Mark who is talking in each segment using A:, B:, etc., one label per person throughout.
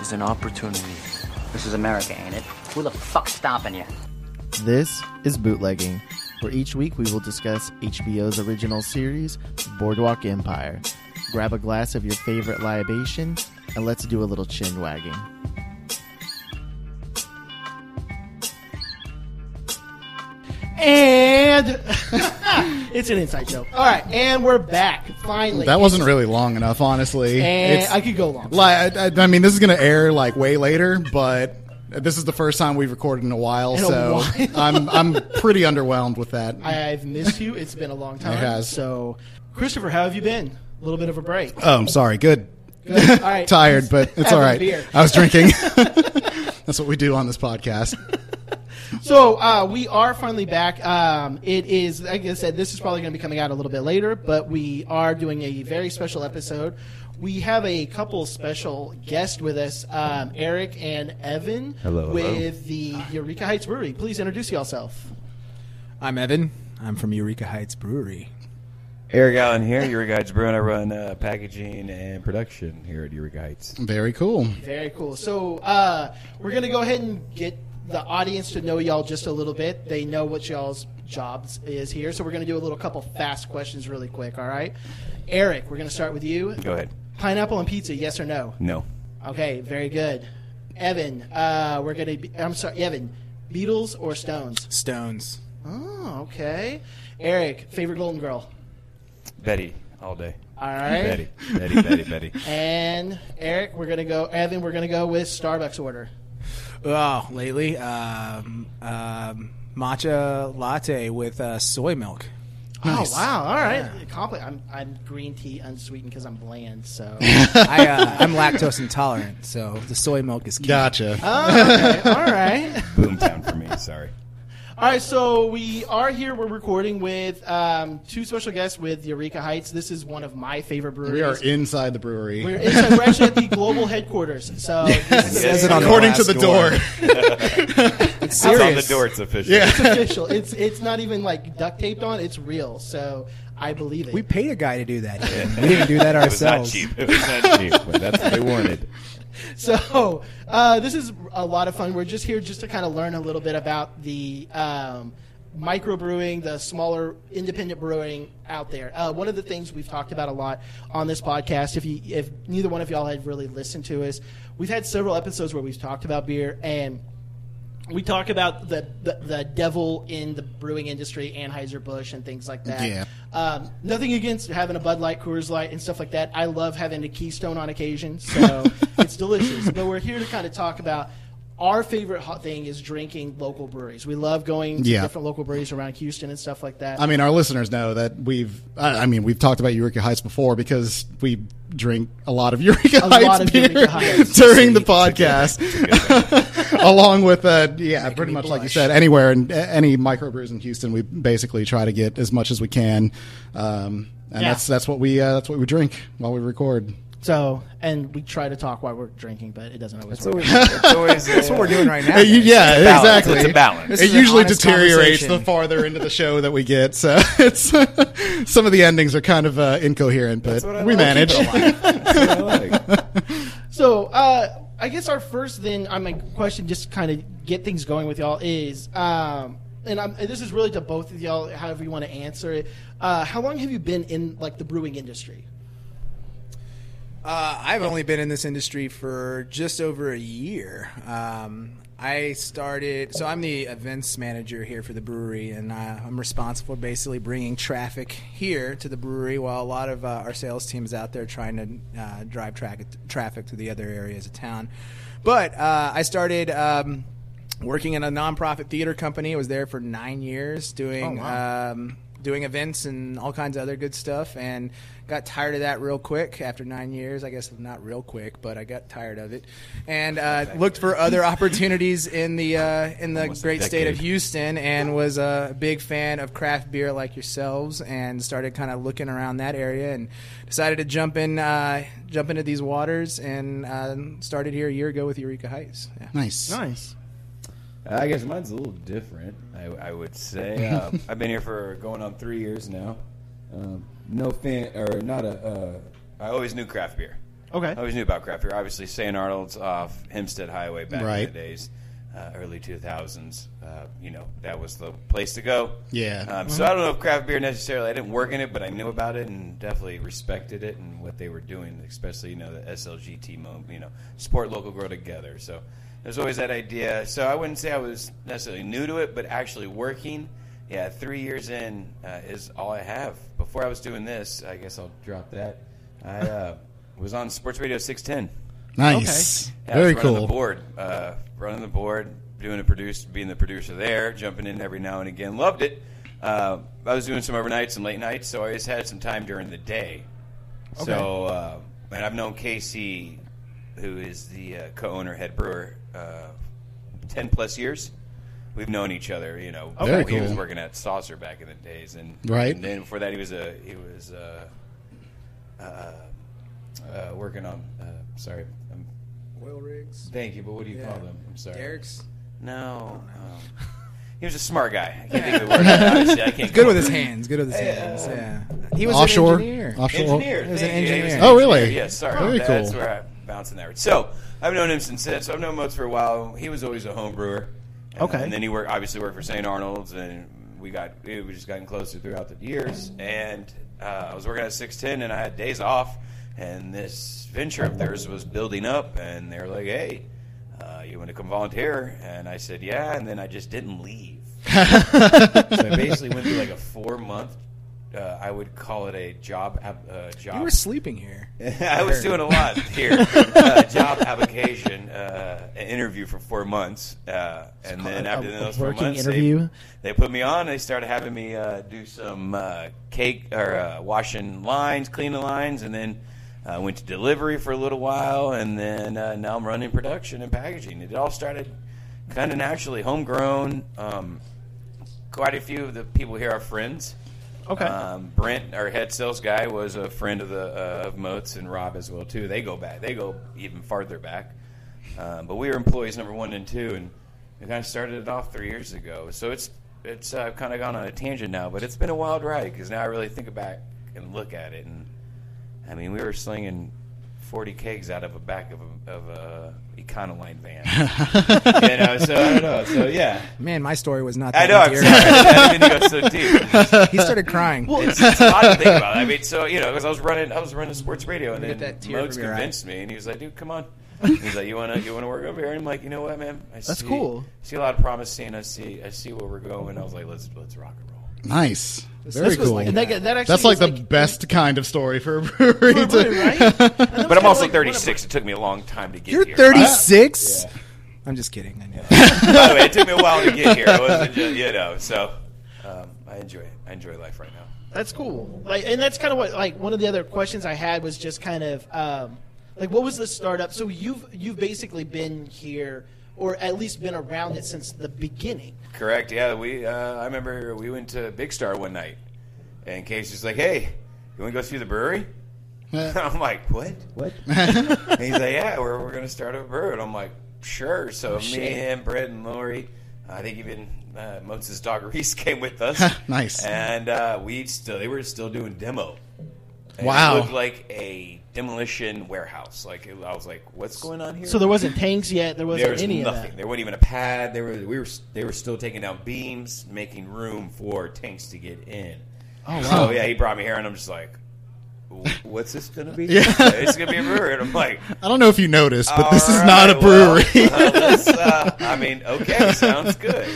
A: is an opportunity.
B: This is America, ain't it? Who the fuck's stopping you?
C: This is Bootlegging, where each week we will discuss HBO's original series, Boardwalk Empire. Grab a glass of your favorite libation and let's do a little chin wagging.
D: And it's an inside joke. All right, and we're back finally.
E: That wasn't really long enough, honestly.
D: And
E: It's-
D: Eh. I could go long.
E: Like, I, I mean, this is going to air like way later, but this is the first time we've recorded in a while,
D: a
E: so
D: while.
E: I'm I'm pretty underwhelmed with that.
D: I've missed you. It's been a long time.
E: It has.
D: So, Christopher, how have you been? A little bit of a break.
E: oh, I'm sorry. Good.
D: Good. All right.
E: Tired, but it's
D: Have
E: all
D: a
E: right.
D: beer.
E: I was drinking. That's what we do on this podcast.
D: So uh, we are finally back. Um, it is, like I said, this is probably going to be coming out a little bit later, but we are doing a very special episode. We have a couple special guests with us, um, Eric and Evan,
F: Hello, hello.
D: with the Eureka Heights Brewery. Please introduce yourself.
G: I'm Evan. I'm from Eureka Heights Brewery.
F: Eric Allen here, Eureka Heights Brewing. I run uh, packaging and production here at Eureka Heights.
E: Very cool.
D: Very cool. So uh, we're going to go ahead and get the audience to know y'all just a little bit. They know what y'all's jobs is here, so we're going to do a little couple fast questions really quick. All right, Eric, we're going to start with you.
F: Go ahead.
D: Pineapple and pizza, yes or no?
F: No.
D: Okay, very good. Evan, uh, we're gonna. Be, I'm sorry, Evan. Beatles or Stones?
G: Stones.
D: Oh, okay. Eric, favorite Golden Girl.
F: Betty all day.
D: All right.
F: Betty. Betty, Betty, Betty.
D: And Eric, we're gonna go. Evan, we're gonna go with Starbucks order.
G: Oh, lately, um, um, matcha latte with uh, soy milk.
D: Oh wow! All right, Compli- I'm I'm green tea unsweetened because I'm bland. So
G: I, uh, I'm lactose intolerant, so the soy milk is key.
E: Gotcha.
D: Uh, Okay, all right.
F: Boomtown for me. Sorry.
D: All right, so we are here. We're recording with um, two special guests with Eureka Heights. This is one of my favorite breweries.
E: we are inside the brewery.
D: We're, inside, we're actually at the global headquarters. So this is
F: Yes.
D: a-
F: on the
E: According to
G: last
E: the door.
G: It's
F: It's
G: serious.
F: on the door. It's official.
E: Yeah.
D: it's official. It's it's not even like duct taped on. It's real. So I believe it.
G: We paid a guy to do that. We didn't do that
F: It was not
G: ourselves.
F: cheap. It was not cheap, but that's what they wanted.
D: so uh, this is a lot of fun. We're just here just to kind of learn a little bit about the um, microbrewing, the smaller independent brewing out there. Uh, one of the things we've talked about a lot on this podcast, if you, if neither one of y'all had really listened to us, we've had several episodes where we've talked about beer and we talk about the, the the devil in the brewing industry, Anheuser Busch, and things like that.
E: Yeah.
D: Um, nothing against having a Bud Light, Coors Light, and stuff like that. I love having a Keystone on occasion, so it's delicious. But we're here to kind of talk about our favorite hot thing is drinking local breweries. We love going to
E: Yeah.
D: different local breweries around Houston and stuff like that.
E: I mean, our listeners know that we've. I, I mean, we've talked about Eureka Heights before because we drink a lot of Eureka
D: A lot
E: Heights
D: of
E: beer
D: Eureka Heights.
E: during the podcast, along with uh, yeah, pretty much like you said, anywhere and uh, any microbrews in Houston, we basically try to get as much as we can, um, and that's that's what we uh, that's what we drink while we record.
D: so, and we try to talk while we're drinking, but it doesn't always work.
F: It's always, uh,
G: That's what we're doing right now.
E: Uh, you- yeah,
F: balance.
E: exactly.
F: It's a balance. This
E: It
G: is an
E: usually
G: honest
E: deteriorates the
G: conversation.
E: farther into the show that we get, so it's some of the endings are kind of uh, incoherent, but
F: what I
E: we
F: like.
E: manage.
D: So, uh, I guess our first then, I mean, question just kind of get things going with y'all is, um, and, I'm, and this is really to both of y'all, however you want to answer it. Uh, how long have you been in like the brewing industry?
G: Uh, I've only been in this industry for just over a year. Um, I started, so I'm the events manager here for the brewery, and uh, I'm responsible for basically bringing traffic here to the brewery while a lot of uh, our sales team is out there trying to uh, drive tra- traffic to the other areas of town. But uh, I started. Um, Working in a nonprofit theater company, I was there for nine years doing
F: Oh,
G: um, doing events and all kinds of other good stuff and got tired of that real quick after nine years i guess not real quick but i got tired of it and uh, looked for other opportunities in the uh, in the
F: Almost a
G: great state of
F: decade.
G: houston and was a big fan of craft beer like yourselves and started kind of looking around that area and decided to jump in uh, jump into these waters and uh, started here a year ago with eureka heights yeah.
E: Nice.
D: Nice.
F: Uh, I guess mine's a little different. I, I would say uh, I've been here for going on three years now. Um, no fan or not a. Uh, I always knew craft beer.
D: Okay.
F: I always knew about craft beer. Obviously, St. Arnold's off Hempstead Highway back in
E: Right.
F: the days, uh, early 2000s. Uh, you know, that was the place to go.
E: Yeah.
F: Um, so I don't know if craft beer necessarily. I didn't work in it, but I knew about it and definitely respected it and what they were doing, especially you know the SLGT moment. You know, support local, grow together. So there's always that idea. So I wouldn't say I was necessarily new to it, but actually working. Yeah, three years in uh, is all I have. Before I was doing this, I guess I'll drop that. I uh, was on Sports Radio 610.
E: Nice.
F: Yeah, I was
E: Very
F: running
E: cool.
F: The board, uh, running the board, doing a produce, being the producer there, jumping in every now and again. Loved it. Uh, I was doing some overnights and late nights, so I always had some time during the day. So, uh, and I've known Casey, who is the uh, co-owner, head brewer, uh, ten plus years. We've known each other, you know.
E: Okay. Very
F: He was
E: cool.
F: working at Saucer back in the days, and
E: Right.
F: And then before that, he was a he was. Uh, uh, working on. Uh, sorry, I'm
G: Oil rigs.
F: Thank you, but what do you
G: Yeah.
F: call them? I'm sorry.
G: Derek's
F: No. um, he was a smart guy. I can't think of the word. Obviously, I can't
G: good
F: come
G: with
F: up
G: his hands. Good with his hands. Yeah. He was
E: Offshore.
G: an engineer.
E: Offshore.
F: Engineer.
G: He was
F: thank
G: an
F: you. He was an
G: engineer.
E: Oh, really?
F: Yes, sorry.
E: Very
F: That's
E: cool.
F: where I'm bouncing that. So I've known him since then. So I've known Moats for a while. He was always a home brewer. Uh, And,
D: Okay.
F: And then he worked, obviously worked for St. Arnold's, and we got we just gotten closer throughout the years. And uh, I was working at 610, and I had days off. And this venture of theirs was building up, and they were like, "Hey, uh, you want to come volunteer?" And I said, "Yeah." And then I just didn't leave. So I basically went through like a four month. Uh, I would call it a job. app- Uh, job.
G: You were sleeping here.
F: I was doing a lot here. uh, job application, uh, an interview for four months, uh, and then
C: called
F: after
C: a- a
F: those four
C: working
F: months,
C: interview?
F: They, they put me on. They started having me uh, do some uh, cake or uh, washing lines, cleaning lines, and then I went to delivery for a little while, and then uh, now I'm running production and packaging. It all started kind of naturally, homegrown. Um, quite a few of the people here are friends.
D: Okay.
F: Um, Brent, our head sales guy, was a friend of the uh, of Moats and Rob as well too. They go back. They go even farther back. Um, but we were employees number one and two, and we kind of started it off three years ago. So it's it's uh, kind of gone on a tangent now, but it's been a wild ride because now I really think back and look at it, and I mean we were slinging forty kegs out of a back of a, of a Econoline van. you know, so I don't know. So yeah,
G: Man, my story was not.
F: I
G: That
F: know. I'm sorry. I
G: endearing.
F: didn't go so deep.
G: he started crying.
F: It's, it's a lot to think about. I mean, so you know, because I was running, I was running sports radio, and
G: Look at
F: then
G: that tear
F: Modes
G: from your eye.
F: convinced me, and he was like, "Dude, come on." He's like, "You wanna, you wanna work over here?" And I'm like, "You know what, man? I That's see,
D: cool.
F: I see a lot of promise, seeing. I see, I see where we're going." I was like, "Let's, let's rock and roll."
E: Nice. Very
D: This was
E: cool.
D: like- and that, that actually
E: That's like
D: is
E: the best kind of story for a brewery.
D: for a
E: to-
D: brewery, right? And that was
F: But I'm
D: kinda
F: also
D: like
F: 36. It took me a long time to get
G: You're
F: here.
G: 36.
F: Yeah.
G: I'm just kidding. I know.
F: By the way, it took me a while to get here. It wasn't just, you know, so um, I enjoy it. I enjoy life right now.
D: That's cool. Like, and that's kind of what like one of the other questions I had was just kind of um, like what was the startup? So you've you've basically been here or at least been around it since the beginning.
F: Correct. Yeah, we. Uh, I remember we went to Big Star one night, and Casey's like, "Hey, you want to go see the brewery?" I'm like, "What? What?" and he's like, "Yeah, we're we're gonna start a brewery." And I'm like, "Sure." So me, him, Brett, and Lori. I think even uh, Moats' dog Reese came with us.
E: Nice.
F: And uh, we still they were still doing demo. And
E: Wow.
F: It looked like a demolition warehouse. Like it, I was like, "What's going on here?"
D: So there wasn't tanks yet. There wasn't
F: there was
D: any
F: nothing.
D: of that.
F: There wasn't even a pad. There were we were they were still taking down beams, making room for tanks to get in. Oh wow! So yeah, he brought me here, and I'm just like, "W- "What's this gonna be? It's gonna be a brewery." And I'm like,
E: I don't know if you noticed, but this
F: "All
E: is not a
F: right, well,
E: brewery.
F: uh, let's, uh, I mean, okay, sounds good.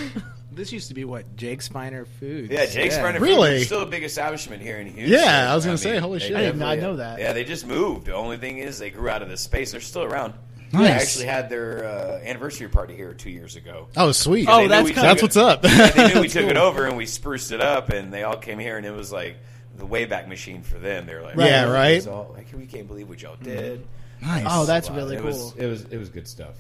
G: This used to be what Jake's Finer Foods.
F: Yeah, Jake's yeah. Furniture
E: Really?
F: is still the big establishment here in Houston.
E: Yeah, I was gonna say, holy
F: they
E: shit. I did
D: not
F: definitely-
D: know that.
F: Yeah, they just moved. The only thing is, they grew out of this space. They're still around. They
E: Nice.
F: actually had their uh, anniversary party here two years ago.
E: Oh, sweet.
F: Oh, They knew that's we kinda-
E: that's what's up.
F: they knew we took it over and we spruced it up, and they all came here, and it was like the Wayback Machine for them. They were like,
E: Yeah,
F: "Oh,
E: right.
F: it's all- like, we can't believe what y'all did.
E: Nice.
D: Oh, that's
F: Wow,
D: really
F: it
D: cool.
F: Was, it was it was good stuff.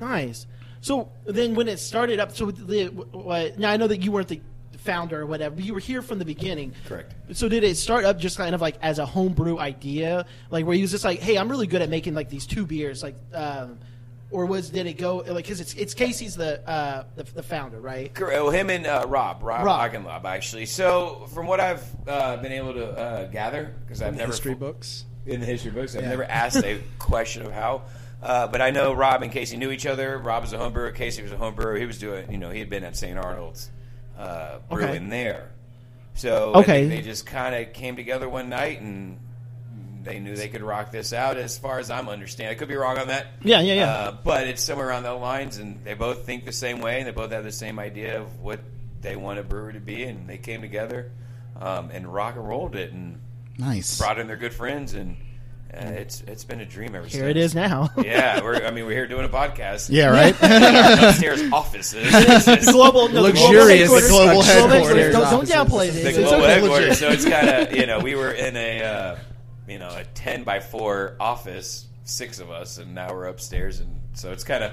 D: Nice. So then when it started up, so the, what, now I know that you weren't the founder or whatever, but you were here from the beginning.
F: Correct.
D: So did it start up just kind of like as a homebrew idea, like where you was just like, hey, I'm really good at making like these two beers, like, um, or was did it go like because it's it's Casey's the uh the, the founder, right?
F: Correct. Well, him and uh, Rob, Rob,
D: Rob.
F: Hockenlob, actually. So, from what I've uh, been able to uh, gather, because I've never
G: History books.
F: in the history books. I've never asked a question of how. Uh, but I know Rob and Casey knew each other. Rob was a home brewer. Casey was a home brewer. He was doing, you know, he had been at St. Arnold's uh, brewing there. So I
C: Okay.
F: think they just kind of came together one night and they knew they could rock this out. As far as I'm understanding, I could be wrong on that.
C: Yeah, yeah, yeah.
F: Uh, but it's somewhere around those lines, and they both think the same way, and they both have the same idea of what they want a brewer to be, and they came together um, and rock and rolled it, and
E: Nice.
F: brought in their good friends, and uh, it's it's been a dream ever since.
C: Here it is now.
F: Yeah, we're, I mean, we're here doing a podcast.
E: Yeah, right?
F: Our upstairs offices. It's just-
C: global, no, the global
G: Luxurious
C: headquarters-
E: global
C: headquarters. Don't, don't
G: offices.
C: downplay
F: the
C: this. It's
F: global
C: okay.
F: headquarters.
C: legit.
F: So it's kind of you know we were in a uh, you know a ten by four office, six of us, and now we're upstairs, and so it's kind of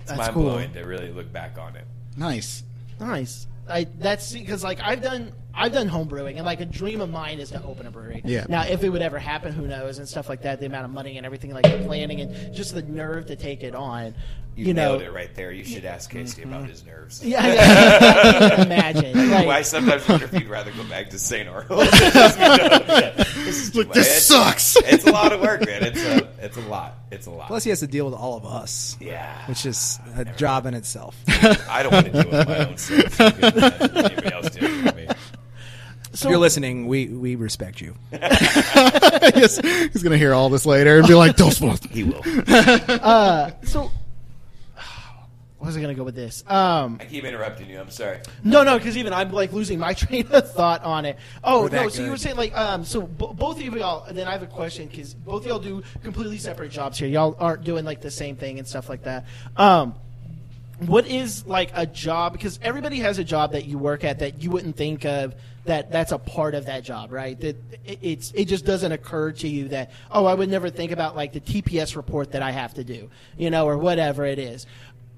F: it's
C: That's
F: mind
C: cool.
F: blowing to really look back on it.
E: nice.
C: Nice.
D: I that's because like I've done I've done home brewing and like a dream of mine is to open a brewery.
E: Yeah.
D: Now if it would ever happen, who knows and stuff like that. The amount of money and everything like the planning and just the nerve to take it on.
F: You,
D: You, know.
F: nailed it right there. You should ask Casey
C: Mm-hmm.
F: about his nerves.
D: Yeah. yeah. I can imagine. Like,
F: Why I sometimes wonder if you'd rather go back to St. Arnold. this is too
E: Look,
F: much.
E: this
F: It's-
E: sucks.
F: It's a lot of work, man. It's a, it's a lot. It's a lot.
G: Plus, he has to deal with all of us,
F: yeah.
G: which is a job in itself.
F: I don't want to deal with my own stuff. I couldn't imagine Anybody else doing it for me.
G: if you're listening, we, we respect you.
E: yes, he's gonna hear all this later and be like, "Those fuck."
F: He will.
D: so where was I gonna go with this? Um,
F: I keep interrupting you. I'm sorry.
D: no, no, because even I'm like losing my train of thought on it. Oh
G: We're
D: no,
G: that
D: so you
G: good.
D: were saying like um, so b- both of y'all. Then I have a question because both of y'all do completely separate jobs here. Y'all aren't doing like the same thing and stuff like that. Um, what is like a job because everybody has a job that you work at that you wouldn't think of that that's a part of that job right that it, it's it just doesn't occur to you that oh i would never think about like the tps report that i have to do you know or whatever it is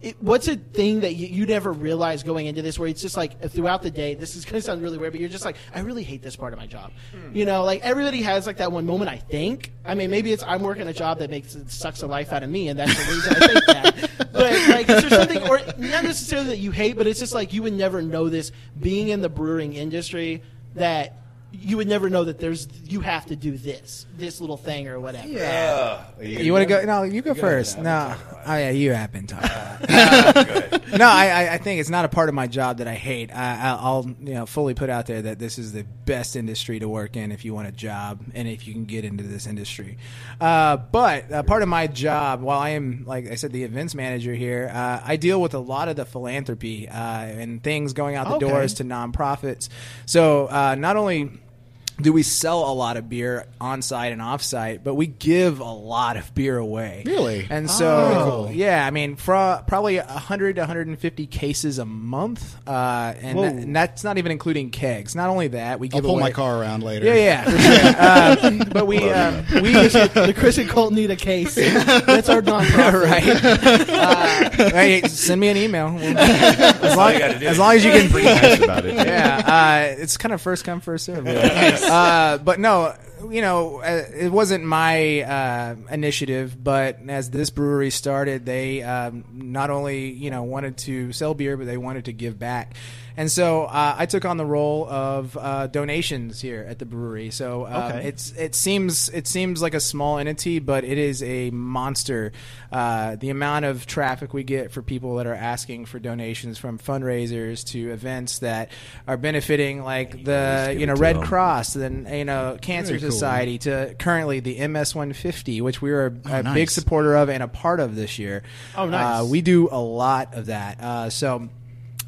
D: it, what's a thing that you, you never realize going into this where it's just like throughout the day this is going to sound really weird but you're just like i really hate this part of my job you know like everybody has like that one moment i think i mean maybe it's i'm working a job that makes sucks the life out of me and that's the reason i think that but like, is there something, or not necessarily that you hate, but it's just like you would never know this being in the brewing industry that you would never know that there's you have to do this, this little thing or whatever.
F: Uh, you
G: You want to go? No, you go
F: go Uh,
G: first.
F: ahead.
G: No, oh yeah, you have been talking.
F: Good.
G: no, I, I- I think it's not a part of my job that I hate. I, I'll- I'll you know fully put out there that this is the best industry to work in if you want a job and if you can get into this industry. Uh, but uh, part of my job, while I am like I said, the events manager here, uh, I deal with a lot of the philanthropy uh, and things going out the
D: Okay.
G: doors to nonprofits. So uh, not only do we sell a lot of beer on site and off site, but we give a lot of beer away.
E: Really?
G: And so, yeah, I mean, fro- probably 100 to 150 cases a month. Uh, and, that- and that's not even including kegs. Not only that, we
E: I'll
G: give
E: pull
G: away.
E: my car around later.
G: Yeah, yeah. for sure. uh, but we, um, we,
D: the Chris and Colt need a case. That's our
G: All
D: nonprofit.
G: right. Uh, hey, send me an email. We'll- as, long,
F: you gotta do.
G: as long as you can
A: Pretty nice about it.
G: yeah, uh, it's kind of first come first serve. uh, but no, you know, uh, it wasn't my uh, initiative. But as this brewery started, they um, not only you know wanted to sell beer, but they wanted to give back. And so uh, I took on the role of uh, donations here at the brewery. So um,
C: Okay.
G: it's it seems it seems like a small entity, but it is a monster. Uh, the amount of traffic we get for people that are asking for donations from fundraisers to events that are benefiting, like the you know Red Cross, then you know Cancer
E: Very cool.
G: Society, to currently the MS 150, which we are a, a
E: Oh, nice.
G: big supporter of and a part of this year.
D: Oh, nice.
G: Uh, we do a lot of that. Uh, so.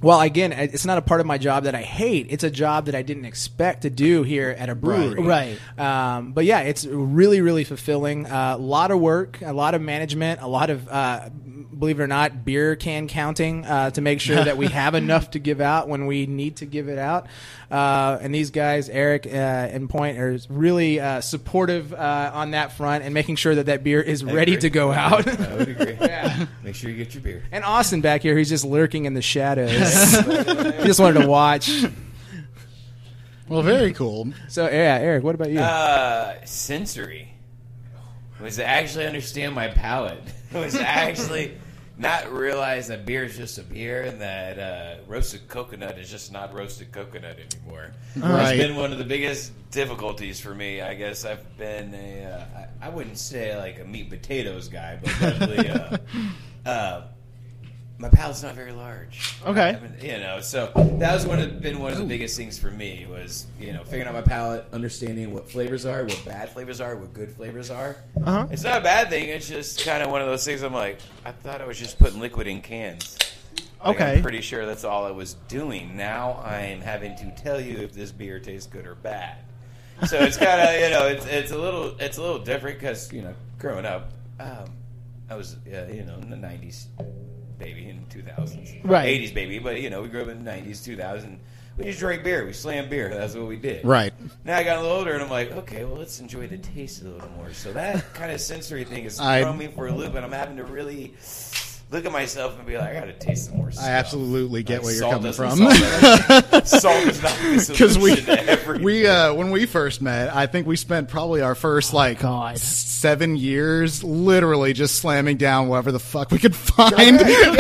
G: Well, again, I- it's not a part of my job that I hate. It's a job that I didn't expect to do here at a brewery.
D: Right.
G: Um, but yeah, it's really, really fulfilling. A lot of work, a lot of management, a lot of, uh, believe it or not, beer can counting uh, to make sure that we have enough to give out when we need to give it out. Uh, and these guys, Eric uh, and Point, are really uh, supportive uh, on that front and making sure that that beer is ready
F: agree.
G: to go out.
F: I would agree.
G: Yeah.
F: Make sure you get your beer.
G: And Austin back here, who's just lurking in the shadows. he just wanted to watch.
E: Well, very cool.
G: So yeah, Eric, what about you?
F: Uh, sensory was to actually understand my palate. was to actually not realize that beer is just a beer and that uh, roasted coconut is just not roasted coconut anymore.
E: Right.
F: It's been one of the biggest difficulties for me. I guess I've been a, uh, I, I wouldn't say like a meat potatoes guy, but definitely, uh, uh, my palate's not very large.
D: Okay.
F: I mean, you know, so that was one of been one of the biggest things for me was you know figuring out my palate, understanding what flavors are, what bad flavors are, what good flavors are.
D: Uh-huh.
F: It's not a bad thing. It's just kind of one of those things. I'm like, I thought I was just putting liquid in cans. Like,
D: Okay.
F: I'm pretty sure that's all I was doing. Now I'm having to tell you if this beer tastes good or bad. So it's kind of you know it's it's a little it's a little different because you know growing up, um, I was uh, you know in the '90s baby in 2000s,
D: Right.
F: '80s baby, but you know we grew up in the '90s, 2000. We just drank beer, we slammed beer. That's what we did.
E: Right.
F: Now I got a little older, and I'm like, okay, well, let's enjoy the taste a little more. So that kind of sensory thing is
E: I-
F: throwing me for a loop, and I'm having to really look at myself and be like, I gotta taste some more. Stuff.
E: I absolutely get
F: Like,
E: where you're
F: salt
E: coming
F: doesn't
E: from.
F: solve it. salt is not the
E: because
F: solution
E: we
F: to everything.
E: we uh, when we first met, I think we spent probably our first like s- seven years literally just slamming down whatever the fuck we could find.
D: we took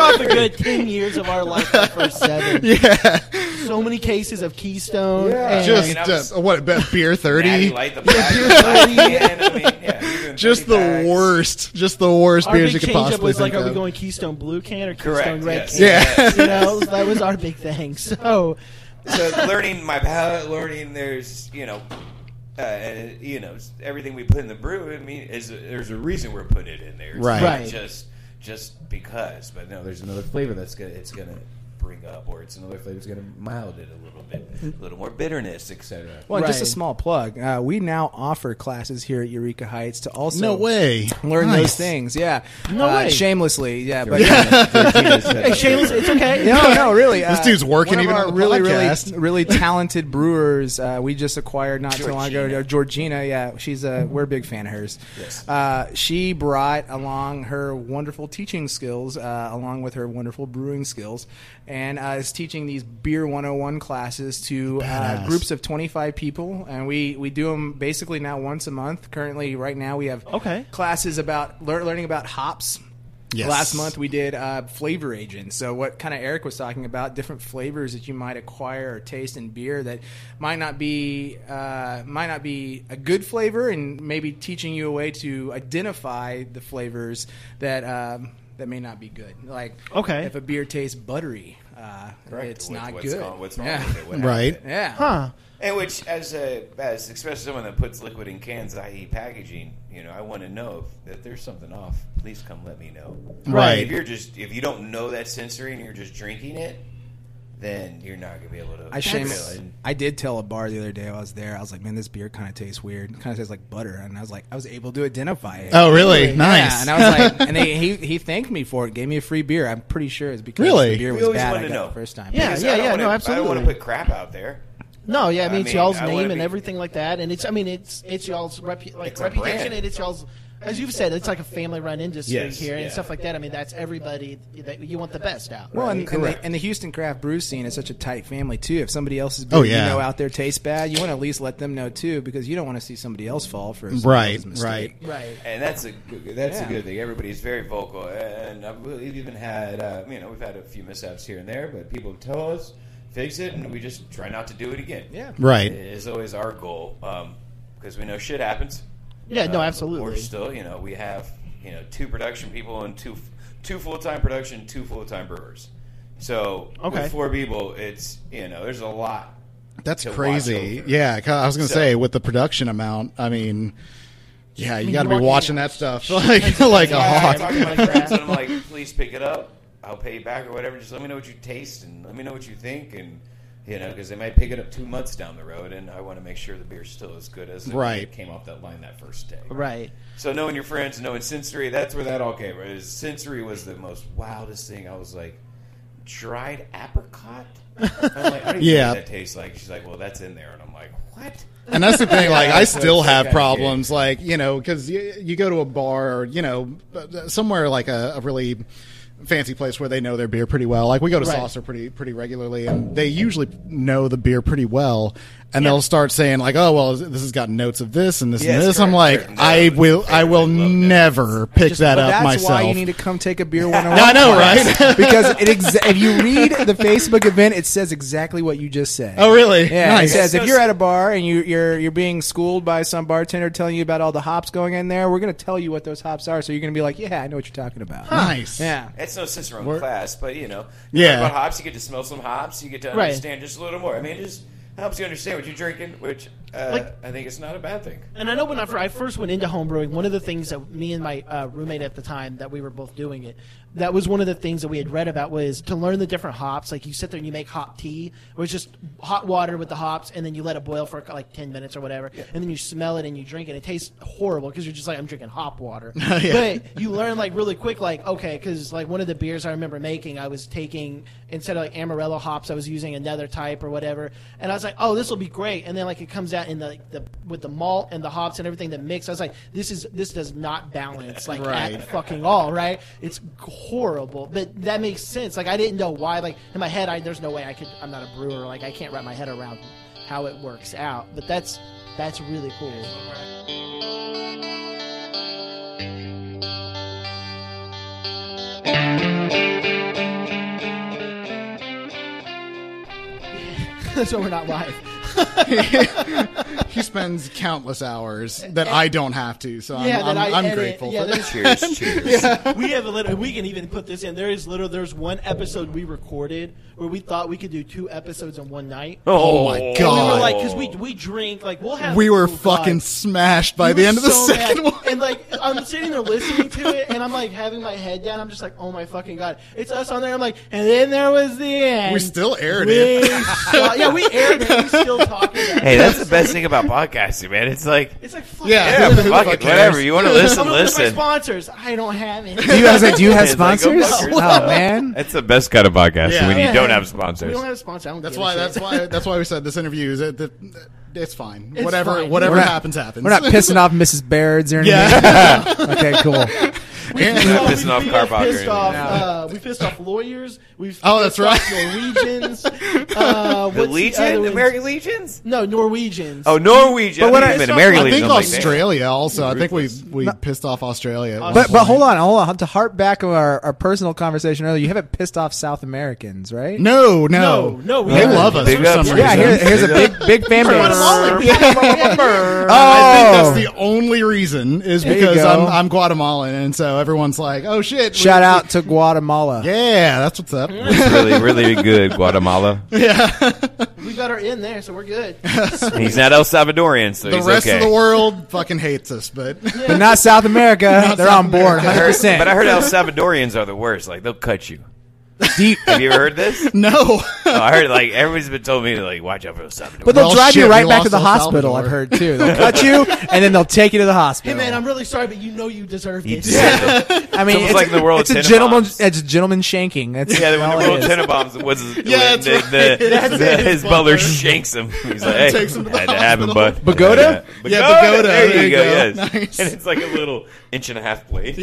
D: off a good 10 years of our life for first seven.
E: yeah,
D: So many cases of Keystone. and-
E: just
F: I mean, I
E: uh,
F: was-
E: what be- beer
F: Natty
E: thirty.
F: light the black, and I mean, yeah, you're doing
E: Just the
F: 30 packs.
E: worst, just the worst
D: Our
E: beers
D: big
E: you could
D: change up
E: possibly
D: was like,
E: think
D: are we
E: of.
D: going Keystone Blue can or
F: Correct.
D: Keystone Red
F: yes,
D: can?
E: Yeah.
F: yes.
D: You know, that was our big thing. So,
F: so learning my palate, learning there's you know, uh, you know everything we put in the brew. I mean, is there's a reason we're putting it in there, It's
E: Right.
F: not
D: Right.
F: Just just because, but no, there's another flavor that's gonna it's gonna bring up, or it's another flavor that's gonna mild it a little bit, a little more bitterness, etc.
G: Well, and just a
D: Right.
G: small plug. Uh, we now offer classes here at Eureka Heights to also
E: no way.
G: learn those
E: Nice.
G: things. Yeah,
D: No
G: Uh,
D: way.
G: Shamelessly, yeah, but
F: uh,
D: hey, Shameless, it's okay.
G: no, no, really. uh,
E: This dude's working
G: one of
E: even
G: our
E: on the
G: really,
E: podcast.
G: really, really talented brewers. Uh, we just acquired not too long ago.
F: Georgina.
G: uh, Georgina, yeah, she's a we're a big fan of hers.
F: Yes.
G: Uh, she brought along her wonderful teaching skills, uh, along with her wonderful brewing skills, and uh, is teaching these beer 101 classes to uh,
E: Badass.
G: groups of 25 people, and we we do them basically now once a month. Currently, right now we have
D: Okay.
G: classes about lear- learning about hops.
E: Yes.
G: Last month we did uh, flavor agents. So what kind of Eric was talking about, different flavors that you might acquire or taste in beer that might not be uh, might not be a good flavor, and maybe teaching you a way to identify the flavors that um, that may not be good. Like
D: Okay.
G: if a beer tastes buttery, uh, it's
F: What-
G: not
F: what's
G: good.
F: Wrong, what's wrong
G: yeah.
F: with it? What happened?
E: right?
G: Yeah.
D: Huh.
F: And which, as a as especially someone that puts liquid in cans, i.e., packaging, you know, I want to know if, if there's something off. Please come let me know.
E: Right.
F: If you're just if you don't know that sensory and you're just drinking it, then you're not gonna be able to.
G: I shame.
F: really-
G: I did tell a bar the other day I was there. I was like, "Man, this beer kind of tastes weird. Kind of tastes like butter." And I was like, I was able to identify it.
E: Oh, really? Nice.
G: Yeah, and I was like, and they, he he thanked me for it, gave me a free beer. I'm pretty sure it's because
E: Really?
G: the beer
F: We
G: was
F: always
G: bad
F: wanted
G: I
F: to
G: got
F: know.
G: the first time.
D: Yeah,
F: Because I
D: yeah,
F: don't
D: yeah,
F: wanna-
D: no,
F: I don't want
D: absolutely.
F: to put crap out there.
D: No, yeah, I mean,
F: I
D: it's
F: mean,
D: y'all's
F: I wanna
D: name and
F: be-
D: everything like that, and it's I mean it's it's y'all's repu- like
F: It's a
D: reputation
F: brand.
D: and it's y'all's as you've said, it's like a family run industry
F: Yes,
D: here and
F: yeah.
D: stuff like that. I mean, that's everybody that you want the best out.
G: Well,
D: right?
G: and, and, the, and the Houston craft brew scene is such a tight family too. If somebody else's beer
E: Oh,
G: you
E: yeah.
G: know out there tastes bad, you want to at least let them know too, because you don't want to see somebody else fall for somebody
E: Right,
G: else's mistake.
E: right.
D: right.
F: And that's a good- that's
G: Yeah.
F: a good thing. Everybody's very vocal, and I- we've even had uh, you know we've had a few mishaps here and there, but people tell us fix it, and we just try not to do it again.
G: Yeah.
E: Right.
F: is always our goal because we know shit happens.
D: Yeah, no,
F: Uh,
D: absolutely.
F: We're still, you know, we have you know two production people and two two full time production, two full time brewers. So
D: Okay.
F: with four people, it's you know, there's a lot.
E: That's
F: to watch
E: crazy.
F: over.
E: Yeah, 'cause I was gonna
F: So-
E: say with the production amount. I mean, yeah, you got to be
D: walk in-
E: watching that stuff like like a
F: Yeah, I
E: hawk.
F: talk to my friends and I'm like, please pick it up. I'll pay you back or whatever. Just let me know what you taste and let me know what you think and. You know, because they might pick it up two months down the road, and I want to make sure the beer's still as good as it
E: Right.
F: came off that line that first day.
D: Right.
F: So knowing your friends, knowing sensory, that's where that all came. from. Is sensory was the most wildest thing. I was like, dried apricot. I'm like, I don't even know
E: Yeah.
F: what that tastes like. She's like, well, that's in there, and I'm like, what?
E: And that's the thing. Like, I
F: that's
E: still
F: what
E: have
F: kinda
E: problems. Like, you know, because you, you go to a bar or you know uh, somewhere like a, a really fancy place where they know their beer pretty well. Like, we go to
D: Right.
E: Saucer pretty pretty regularly, and they usually know the beer pretty well. and they'll start saying like, "Oh, well, this has got notes of this and this
F: Yes,
E: and this." I'm like,
F: correct, correct.
E: I
F: Notes,
E: will, I will
F: favorite, love notes.
E: never pick that
G: But
E: up
G: that's
E: myself.
G: why you need to come take a beer 101.
E: Yeah, I know,
G: class.
E: right?
G: because it ex- if you read the Facebook event, it says exactly what you just said.
E: oh, really?
G: Yeah,
E: nice.
G: it says if
F: So-
G: you're at a bar and you, you're you're being schooled by some bartender telling you about all the hops going in there, we're gonna tell you what those hops are. So you're gonna be like, yeah, I know what you're talking about.
E: nice.
G: Yeah.
F: It's no Cicerone
E: We're-
F: class, but you know, you
E: Yeah.
F: talk about hops, you get to smell some hops, you get to
D: Right.
F: understand just a little more. I mean, it just helps you understand what you're drinking, which uh,
D: Like-
F: I think it's not a bad thing.
D: And I know when I, fir- I first went into homebrewing, one of the things that me and my uh, roommate at the time that we were both doing it, that was one of the things that we had read about was to learn the different hops. Like you sit there and you make hop tea, or it's just hot water with the hops, and then you let it boil for like ten minutes or whatever, and then you smell it and you drink it. It tastes horrible because you're just like I'm drinking hop water. But you learn like really quick, like okay, because like one of the beers I remember making, I was taking instead of like amarillo hops, I was using another type or whatever, and I was like, oh, this will be great. And then like it comes out in the, like, the with the malt and the hops and everything that mix. I was like, this is this does not balance like
E: Right.
D: at fucking all, right? It's horrible. But that makes sense. Like I didn't know why. Like in my head, I there's no way I could. I'm not a brewer. Like I can't wrap my head around how it works out. But that's that's really cool. so we're not live.
E: he spends countless hours that I don't have to, so I'm,
D: Yeah,
E: I'm,
D: that I
E: I'm
D: edit.
E: grateful.
D: Yeah,
E: for that.
D: there's-
F: Cheers, cheers.
D: we have a little. We can even put this in. There is little. There's one episode we recorded where we thought we could do two episodes in one night.
E: Oh my
D: And we
E: God.
D: were like, because we we drink like we'll have.
E: we were
D: oh, God.
E: fucking smashed by
D: We
E: the
D: were
E: end of the
D: so
E: second
D: mad.
E: one.
D: And like I'm sitting there listening to it, and I'm like having my head down. I'm just like, oh my fucking god, it's us on there. I'm like, and then there was the end.
E: we still aired
D: We
E: it.
D: saw- yeah, we aired it. We still talking. About
F: hey,
D: it.
F: that's the best thing about podcasting, man. It's like,
D: It's like fuck
E: Yeah.
F: yeah,
E: Who
F: fuck
E: the fuck
F: it, whatever.
E: cares?
F: You want to
D: I'm
F: listen,
D: gonna look at my
F: listen.
D: sponsors. I don't have any.
G: Do you guys do you have
F: It's like, go
G: sponsors?
F: fuck yourself.
G: oh man,
F: That's the best kind of podcasting
E: Yeah.
F: when you
D: Yeah.
F: don't have
D: We
F: sponsors.
D: don't have sponsors. I don't
E: That's
D: give a
E: why.
D: shit.
E: That's why. That's why we said this interview is. It, that it's fine.
D: It's
E: whatever.
D: fine.
E: Whatever
G: We're not-
E: happens, happens.
G: we're not pissing off Mrs. Baird's or anything.
E: Yeah.
G: okay, cool.
E: And-
F: pissing off
D: we
F: Carpock or
D: pissed
F: anything.
D: off, uh, we pissed off lawyers. We've
E: Oh, that's
D: pissed off
E: right.
D: Norwegians. Uh,
F: the
D: what's other
F: Legion?
D: ones?
F: American Legions?
D: No, Norwegians.
F: Oh, Norwegian.
G: But when
F: I,
G: I-
F: think you meant American
E: I
F: Legion.
E: think
F: I'm like,
E: Australia also. I think we we pissed off Australia. at one
G: But but
E: point.
G: hold on, hold on. To harp back on our, our personal conversation earlier, you haven't pissed off South Americans, right?
E: No, no,
D: No, no, we
E: They
D: haven't.
E: love us
F: Big
E: for
F: ups.
E: some reason.
G: Yeah, here, here's a big big fan base.
D: Yeah.
E: I
G: Oh,
E: think that's the only reason is
G: There you
E: because
G: go.
E: I'm, I'm Guatemalan, and so everyone's like, "Oh shit!" we-
G: shout out to Guatemala.
E: Yeah, that's what's up.
F: It's really, really good, Guatemala.
D: we got her in there, so we're good.
F: He's not El Salvadorian, so
E: the
F: he's
E: rest
F: okay.
E: of the world fucking hates us, but
G: But not South America. They're on board 100. percent
F: But I heard El Salvadorians are the worst. Like they'll cut you.
G: deep.
F: Have you ever heard this?
E: no.
F: No, I heard like everybody's been told me to like watch out for El Salvadorians.
G: But they'll
E: Well,
G: drive
E: shit,
G: you right
E: we
G: back
E: lost
G: to the
E: El
G: hospital.
E: Salvador.
G: I've heard too. They'll cut you and then they'll take you to the
D: Hey
G: hospital.
D: man, I'm really sorry, but you know you deserve
F: You
D: this.
F: deserve it.
G: I mean,
F: It's almost
G: it's,
F: like the world
G: it's a
F: of
G: gentleman.
F: Tenenbaums.
G: It's a gentleman shanking. That's
F: Yeah, when
G: all
F: the
G: it
F: world
G: is.
F: tenor bombs was
E: Yeah,
F: when
E: that's
F: the,
E: right.
F: the,
E: That's
F: the-
E: it.
F: his
E: His
F: butler
E: butler.
F: shanks him. He's like, hey,
E: Takes him to the
F: had to have him, bud.
G: Pagoda?
F: Yeah,
E: Yeah, Pagoda.
F: Pagoda. There,
E: There
F: you
E: you
F: go.
E: go.
F: Yes,
E: Nice.
F: and it's like a little inch and a half blade.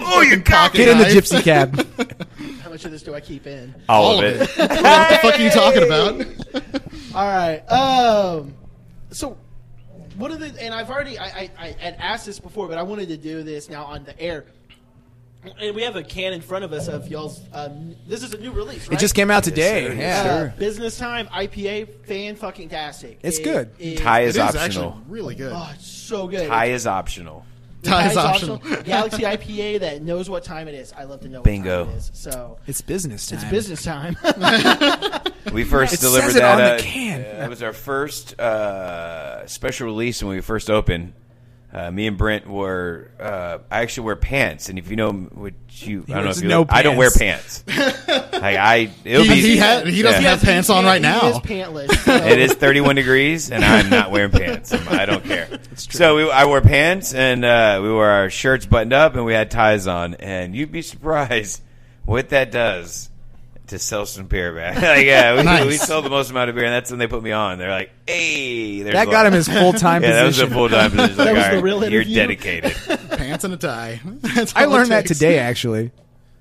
E: oh, you cocky
G: Get in the
E: knife.
G: gypsy cab.
D: How much of this do I keep in?
F: all,
E: All
F: of
E: of
F: it.
E: What the fuck are you talking about?
D: All right. Um. So, one of the and I've already I, I I had asked this before, but I wanted to do this now on the air. And we have a can in front of us of y'all's. Um, this is a new release. Right?
G: It just came out today.
F: sir.
G: yeah.
D: Uh, Business time IPA, fan fucking tastic.
G: It's good.
F: Tie
E: It
F: is
E: is actually
F: optional.
E: really good.
D: oh, it's so good.
F: Tie is optional.
E: Tie is
D: It's
E: optional.
D: Galaxy IPA that knows what time it is. I love to know.
F: Bingo.
D: What time it is. So
G: It's business time.
D: it's business time.
F: We first
G: It
F: delivered
G: says it
F: that.
G: on the
F: uh,
G: can.
F: uh, it was our first uh, special release when we first opened. Uh, me and Brent were. Uh, I actually wear pants, and if you know, would you? I don't know
G: wears
F: if you.
G: no
F: I don't wear pants.
G: pants.
F: like I, it'll
E: He-
F: be.
E: he had- he doesn't have pants on right
D: He is
E: now.
D: pantless. so-
F: It is 31 degrees, and I'm not wearing pants. I'm- I don't care. So we, I wore pants, and uh, we wore our shirts buttoned up, and we had ties on. And you'd be surprised what that does to sell some beer, man. like, yeah, we,
E: Nice.
F: we sold the most amount of beer, and that's when they put me on. They're like, "Hey, there's
G: That
F: a
G: got
F: lot."
G: him his full time
F: Yeah, that was a
G: position.
F: full time position. Like,
D: That was
F: all
D: the
F: right,
D: real
F: you're
D: interview?
F: dedicated.
E: Pants and a tie. That's
G: I
E: all it
G: learned that
E: takes.
G: today, actually.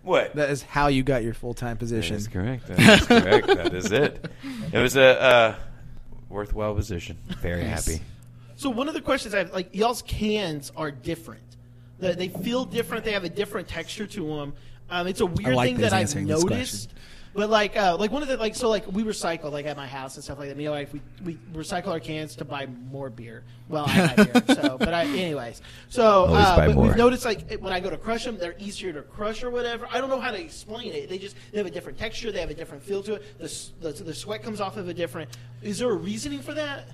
F: what?
G: That is how you got your full time position.
F: That's correct. That is correct. That is it. It was a uh, worthwhile position. Very happy.
D: So one of the questions I have, like, y'all's cans are different. They, they feel different. They have a different texture to them. Um, it's a weird
A: like
D: thing
A: that he's
D: that I've
A: answering this
D: noticed. But like, uh, like one of the like, so like we recycle like at my house and stuff like that. Me and my wife, we we recycle our cans to buy more beer. Well, I buy beer, so but I, anyways. So
F: Always
D: uh,
F: buy
D: but
F: more.
D: we've noticed like it- when I go to crush them, they're easier to crush or whatever. I don't know how to explain it. They just they have a different texture. They have a different feel to it. The s- the, the sweat comes off of a different. Is there a reasoning for that?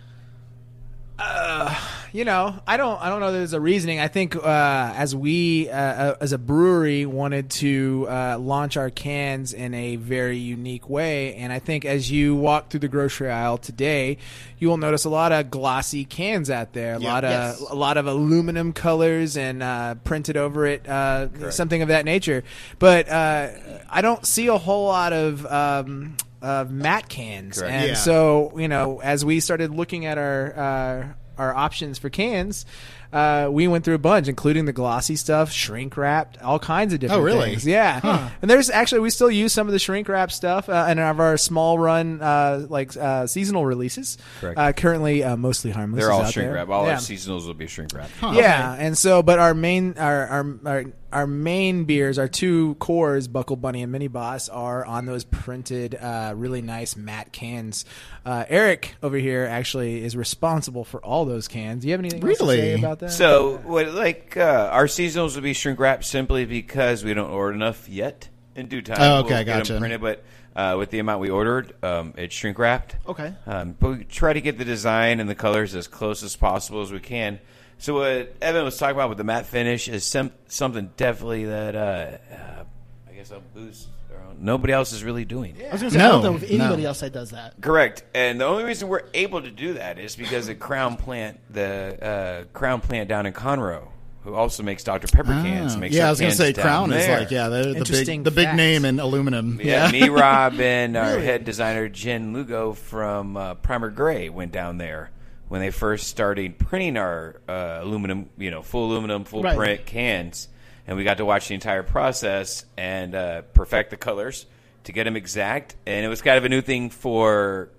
G: you know, I don't, I don't know. That there's a reasoning. I think uh, as we, uh, uh, as a brewery, wanted to uh, launch our cans in a very unique way, and I think as you walk through the grocery aisle today, you will notice a lot of glossy cans out there, a lot of,
D: Yes.
G: a lot of aluminum colors and uh, printed over it, uh, something of that nature. But uh, I don't see a whole lot of. Um, of matte cans,
F: Correct.
G: and
E: Yeah.
G: so so you know as we started looking at our uh, our options for cans uh, we went through a bunch including the glossy stuff shrink wrapped all kinds of different
E: Oh, really?
G: things yeah and there's actually we still use some of the shrink wrap stuff uh, in of our small run uh, like uh, seasonal releases
F: Correct.
G: Uh, currently uh, mostly harmless
F: They're
G: is
F: all
G: out
F: shrink
G: there.
F: wrap. All
G: yeah.
F: our seasonals will be shrink wrap.
G: Yeah, and so but our main our, our our our main beers, our two cores, Buckle Bunny and Mini Boss, are on those printed, uh, really nice matte cans. Uh, Eric over here actually is responsible for all those cans. Do you have anything else to
E: Really?
G: say about that?
F: So, what, like, uh, our seasonals will be shrink wrapped simply because we don't order enough yet. In due time,
E: Oh, okay,
F: we'll get
E: gotcha.
F: them printed. But uh, with the amount we ordered, um, it's shrink wrapped.
D: Okay.
F: Um, but we try to get the design and the colors as close as possible as we can. So what Evan was talking about with the matte finish is some, something definitely that uh, uh, I guess I'll boost. or Nobody else is really doing.
D: I was gonna say I
E: No,
D: don't know if anybody
E: no.
D: else that does that.
F: Correct. And the only reason we're able to do that is because the Crown plant, the uh, Crown plant down in Conroe, who also makes Dr Pepper cans,
E: Oh.
F: makes
E: yeah,
F: our
E: I was gonna
F: cans
E: say
F: down
E: Crown is
F: there.
E: like yeah, the, the
G: Interesting
E: big the big
G: fact.
E: name in aluminum.
F: Yeah, me, Rob, and our head designer Jen Lugo from uh, Primer Gray went down there when they first started printing our uh, aluminum, you know, full aluminum, full
D: Right.
F: print cans, and we got to watch the entire process and uh, perfect the colors to get them exact. And it was kind of a new thing for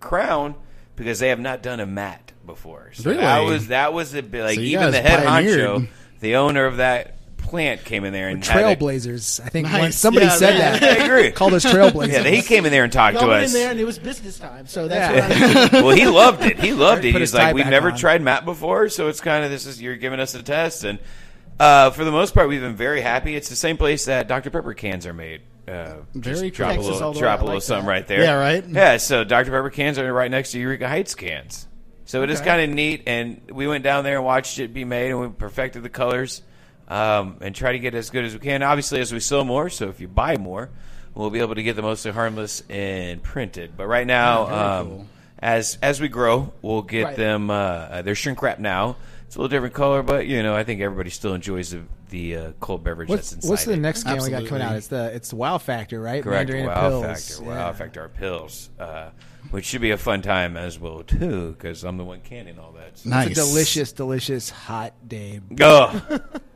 F: Crown because they have not done a matte before. So that
E: Really?
F: was that was a bit like
E: So you
F: even the
E: guys
F: head honcho,
E: pioneered.
F: the owner of that plant, came in there and had a-
G: Trailblazers. I think
E: Nice.
G: once somebody
E: Yeah,
G: said
E: man.
G: that.
F: I agree.
G: Called us Trailblazers.
F: Yeah, he came in there and talked
D: Y'all
F: to
D: went in
F: us.
D: there and it was business time, so that's
G: Yeah.
D: what I mean.
F: well, he loved it. He loved
G: Put
F: it.
G: his
F: He's
G: tie
F: like, we've
G: back
F: never
G: on."
F: tried Matt before, so it's kind of this is you're giving us a test, and uh, for the most part, we've been very happy. It's the same place that Dr Pepper cans are made. Uh, just
E: Very
F: drop a
E: cool.
D: Texas all
F: little,
D: the
F: drop
D: way. I
F: a little
D: like
F: something
D: that.
F: right there.
E: Yeah, right?
F: Yeah, so Dr Pepper cans are right next to Eureka Heights cans, so it is kind of neat. And we went down there and watched it be made, and we perfected the colors. Um, and try to get as good as we can. Obviously, as we sell more, so if you buy more, we'll be able to get the mostly harmless and printed. But right
G: Oh,
F: now, um, as as we grow, we'll get
D: Right.
F: them. Uh, uh, they're shrink wrap now. It's a little different color, but you know, I think everybody still enjoys the, the uh, cold beverage
G: What's,
F: that's inside.
G: what's the
F: it.
G: next game we got coming
E: Absolutely.
G: out? It's the it's Wow Factor, right?
F: correct
G: Mandarin
F: wow
G: Pills.
F: factor?
G: Yeah.
F: Wow factor our pills, uh, which should be a fun time as well too, because I'm the one canning all that. So.
E: Nice,
G: It's a delicious, delicious hot day.
F: Ugh.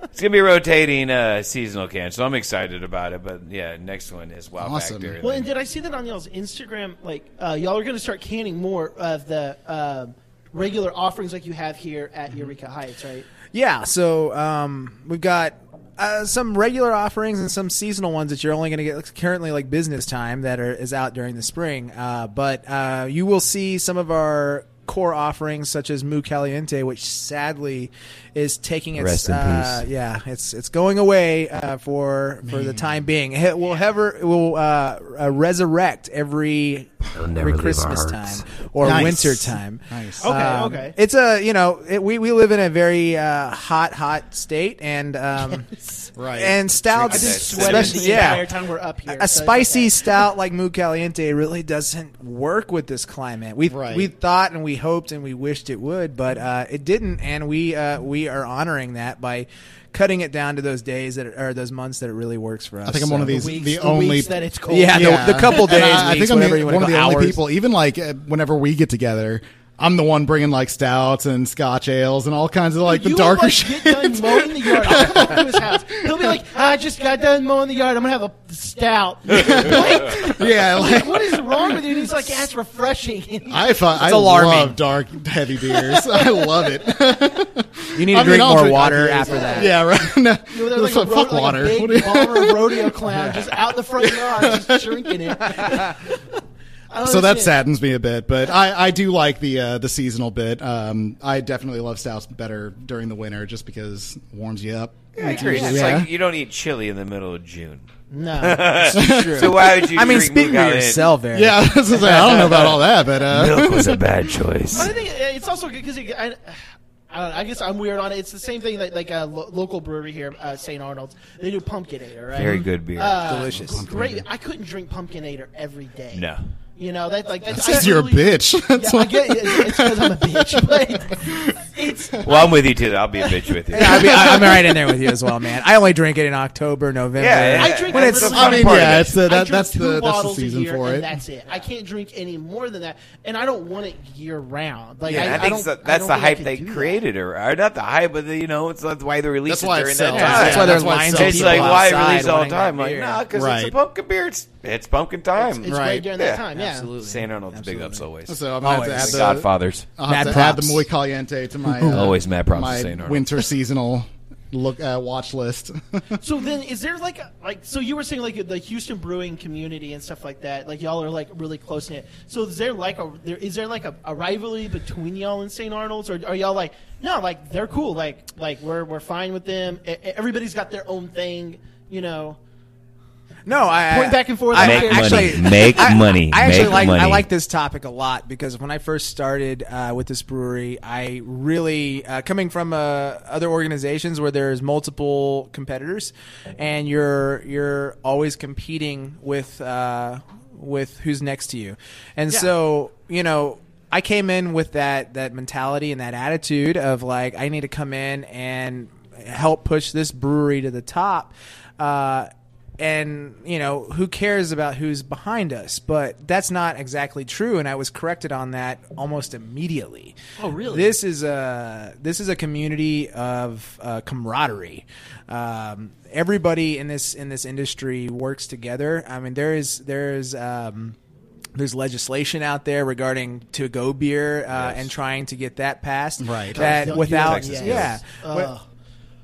F: it's gonna be a rotating uh, seasonal can, so I'm excited about it. But yeah, next one is Wow
E: Awesome.
F: Factor.
D: Well, and did I see that on y'all's Instagram? Like, uh, y'all are going to start canning more of the um regular offerings like you have here
E: Mm-hmm.
D: at Eureka Heights, right?
G: Yeah, so um, we've got uh, some regular offerings and some seasonal ones that you're only going to get like, currently like business time that are, is out during the spring. Uh, but uh, you will see some of our core offerings such as Mu Caliente, which sadly is taking its
F: Rest in
G: uh,
F: peace.
G: yeah, it's it's going away uh, for for the time being. It will ever will uh, uh, resurrect every, every Christmas time or
E: Nice.
G: winter time.
E: Nice.
D: Okay,
G: Um,
D: okay.
G: It's a you know it, we we live in a very uh, hot hot state and um,
E: Right.
G: and stouts
F: I've been
D: Sweating
G: especially
D: the
G: yeah
D: entire time we're up here.
G: a
D: so it's
G: spicy
D: okay.
G: stout like Mu Caliente really doesn't work with this climate. We
E: Right.
G: we thought and we hoped and we wished it would, but uh, it didn't, and we uh, we are honoring that by cutting it down to those days that are, or those months that it really works for us.
E: I think I'm one of
G: So-
E: these
D: Weeks,
E: the
D: the
E: only
D: weeks that it's cold.
G: Yeah, the- the couple
E: And
G: days,
E: I, I
G: weeks,
E: think I'm
G: whatever
E: the-
G: you wanna
E: one of
G: go,
E: the only
G: hours.
E: people. Even like uh, whenever we get together, I'm the one bringing like stouts and Scotch ales and all kinds of like the
D: you
E: darker
D: will, like,
E: shit.
D: Get done mowing the yard. I'll come over to his house. He'll be like, "I just got done mowing the yard. I'm gonna have a stout." What?
E: yeah, like,
D: what is wrong with you? And he's like, "Yeah, it's refreshing." And
E: I fi- I
G: alarming.
E: love dark heavy beers. I love it.
G: You need to
E: I mean,
G: drink
E: I'll
G: more
E: drink
G: water
E: IPAs.
G: after that.
E: Yeah, right. No,
D: you know, there's
E: fuck
D: like a ro- like
E: water.
D: a
E: What do
D: big
E: you-
D: bomber rodeo clown just out in the front yard, just drinking it. I don't
E: so that
D: understand.
E: saddens me a bit, but I, I do like the uh, the seasonal bit. Um, I definitely love stouts better during the winter, just because it warms you up.
F: I agree. It's
E: Yeah.
F: like you don't eat chili in the middle of June.
D: No,
F: So why would you?
G: I mean,
F: drink
G: speak for
F: Mugen?
G: yourself, Eric.
E: Yeah, I, was gonna say, I don't know about all that, but uh,
F: Milk was a bad choice.
D: but I think uh, it's also good because I, I, don't know, I guess I'm weird on it. It's the same thing that like a lo- local brewery here, uh, St. Arnold's. They do pumpkin ale, right?
F: Very good beer.
D: Uh,
G: Delicious.
D: Great. I couldn't drink pumpkinator every day.
F: no.
D: You know that like that's
E: because you're a
D: absolutely-
E: bitch. That's
D: Yeah, I
E: why-
D: get it. It's because I'm a bitch. But it's
F: Well, I'm with you too. I'll be a bitch with you.
G: I mean, I- I'm right in there with you as well, man. I only drink it in October, November.
F: Yeah,
D: I drink.
G: When
D: I
G: it's-
D: literally-
E: I mean,
F: Part of
E: yeah,
F: it.
E: it's the,
D: I
E: that,
D: drink
E: that's
D: two
E: the that's the
D: bottles a
E: season
D: year,
E: for
D: and
E: it.
D: That's it. I can't drink any more than that, and I don't want it year round. Like
F: Yeah,
D: I,
F: I,
D: I
F: think
D: don't-
F: so-
D: I
F: that's
D: don't
F: the
D: think I
F: hype
D: could
F: they
D: do that.
F: created, or, or not the hype, but the, you know, it's that's why they released
E: That's why
F: it
E: it
F: during
E: sells.
F: that
E: Yeah,
F: time.
G: That's why there's
E: that's why it
G: lines of
E: sells
F: It's
G: people
F: like why
G: outside
F: release all the
G: wanting that
F: time? Like,
G: beer.
F: nah, because it's a
E: Right.
F: pumpkin beer. It's it's pumpkin time.
D: It's great
E: Right.
D: during
F: Yeah.
D: that time. Yeah.
G: Absolutely.
F: St. Arnold's big ups always.
E: So Oh, I'm gonna have to
G: Always.
E: add the
F: Godfathers.
E: I'll have
G: Mad
E: to add the
G: props.
E: muy caliente to my uh,
F: Always mad props
E: my
F: to St. Arnold.
E: winter seasonal look uh, watch list.
D: So then, is there like a- like so you were saying like the Houston brewing community and stuff like that? Like y'all are like really close knit. So is there like a there is there like a, a rivalry between y'all and St. Arnold's, or are y'all like no like they're cool like like we're we're fine with them. E- e- Everybody's got their own thing, you know.
G: No, I
D: Point back and forth.
G: I,
D: Make
G: I actually,
F: money. Make
G: I,
F: money.
G: I actually
F: Make
G: like I
F: money.
G: like this topic a lot because when I first started uh, with this brewery, I really uh, coming from uh, other organizations where there's multiple competitors, and you're you're always competing with uh, with who's next to you, and so you know. I came in with that that mentality and that attitude of like I need to come in and help push this brewery to the top. Uh, and you know who cares about who's behind us but that's not exactly true and i was corrected on that almost immediately
D: Oh, really?
G: this is a this is a community of uh, camaraderie um, everybody in this in this industry works together i mean there is there is um, there's legislation out there regarding to go beer uh, and trying to get that passed
E: Right.
G: that
D: Don't-
G: without
D: Oh, Texas
G: yeah
D: is. Uh,
G: Wi-
D: Ugh.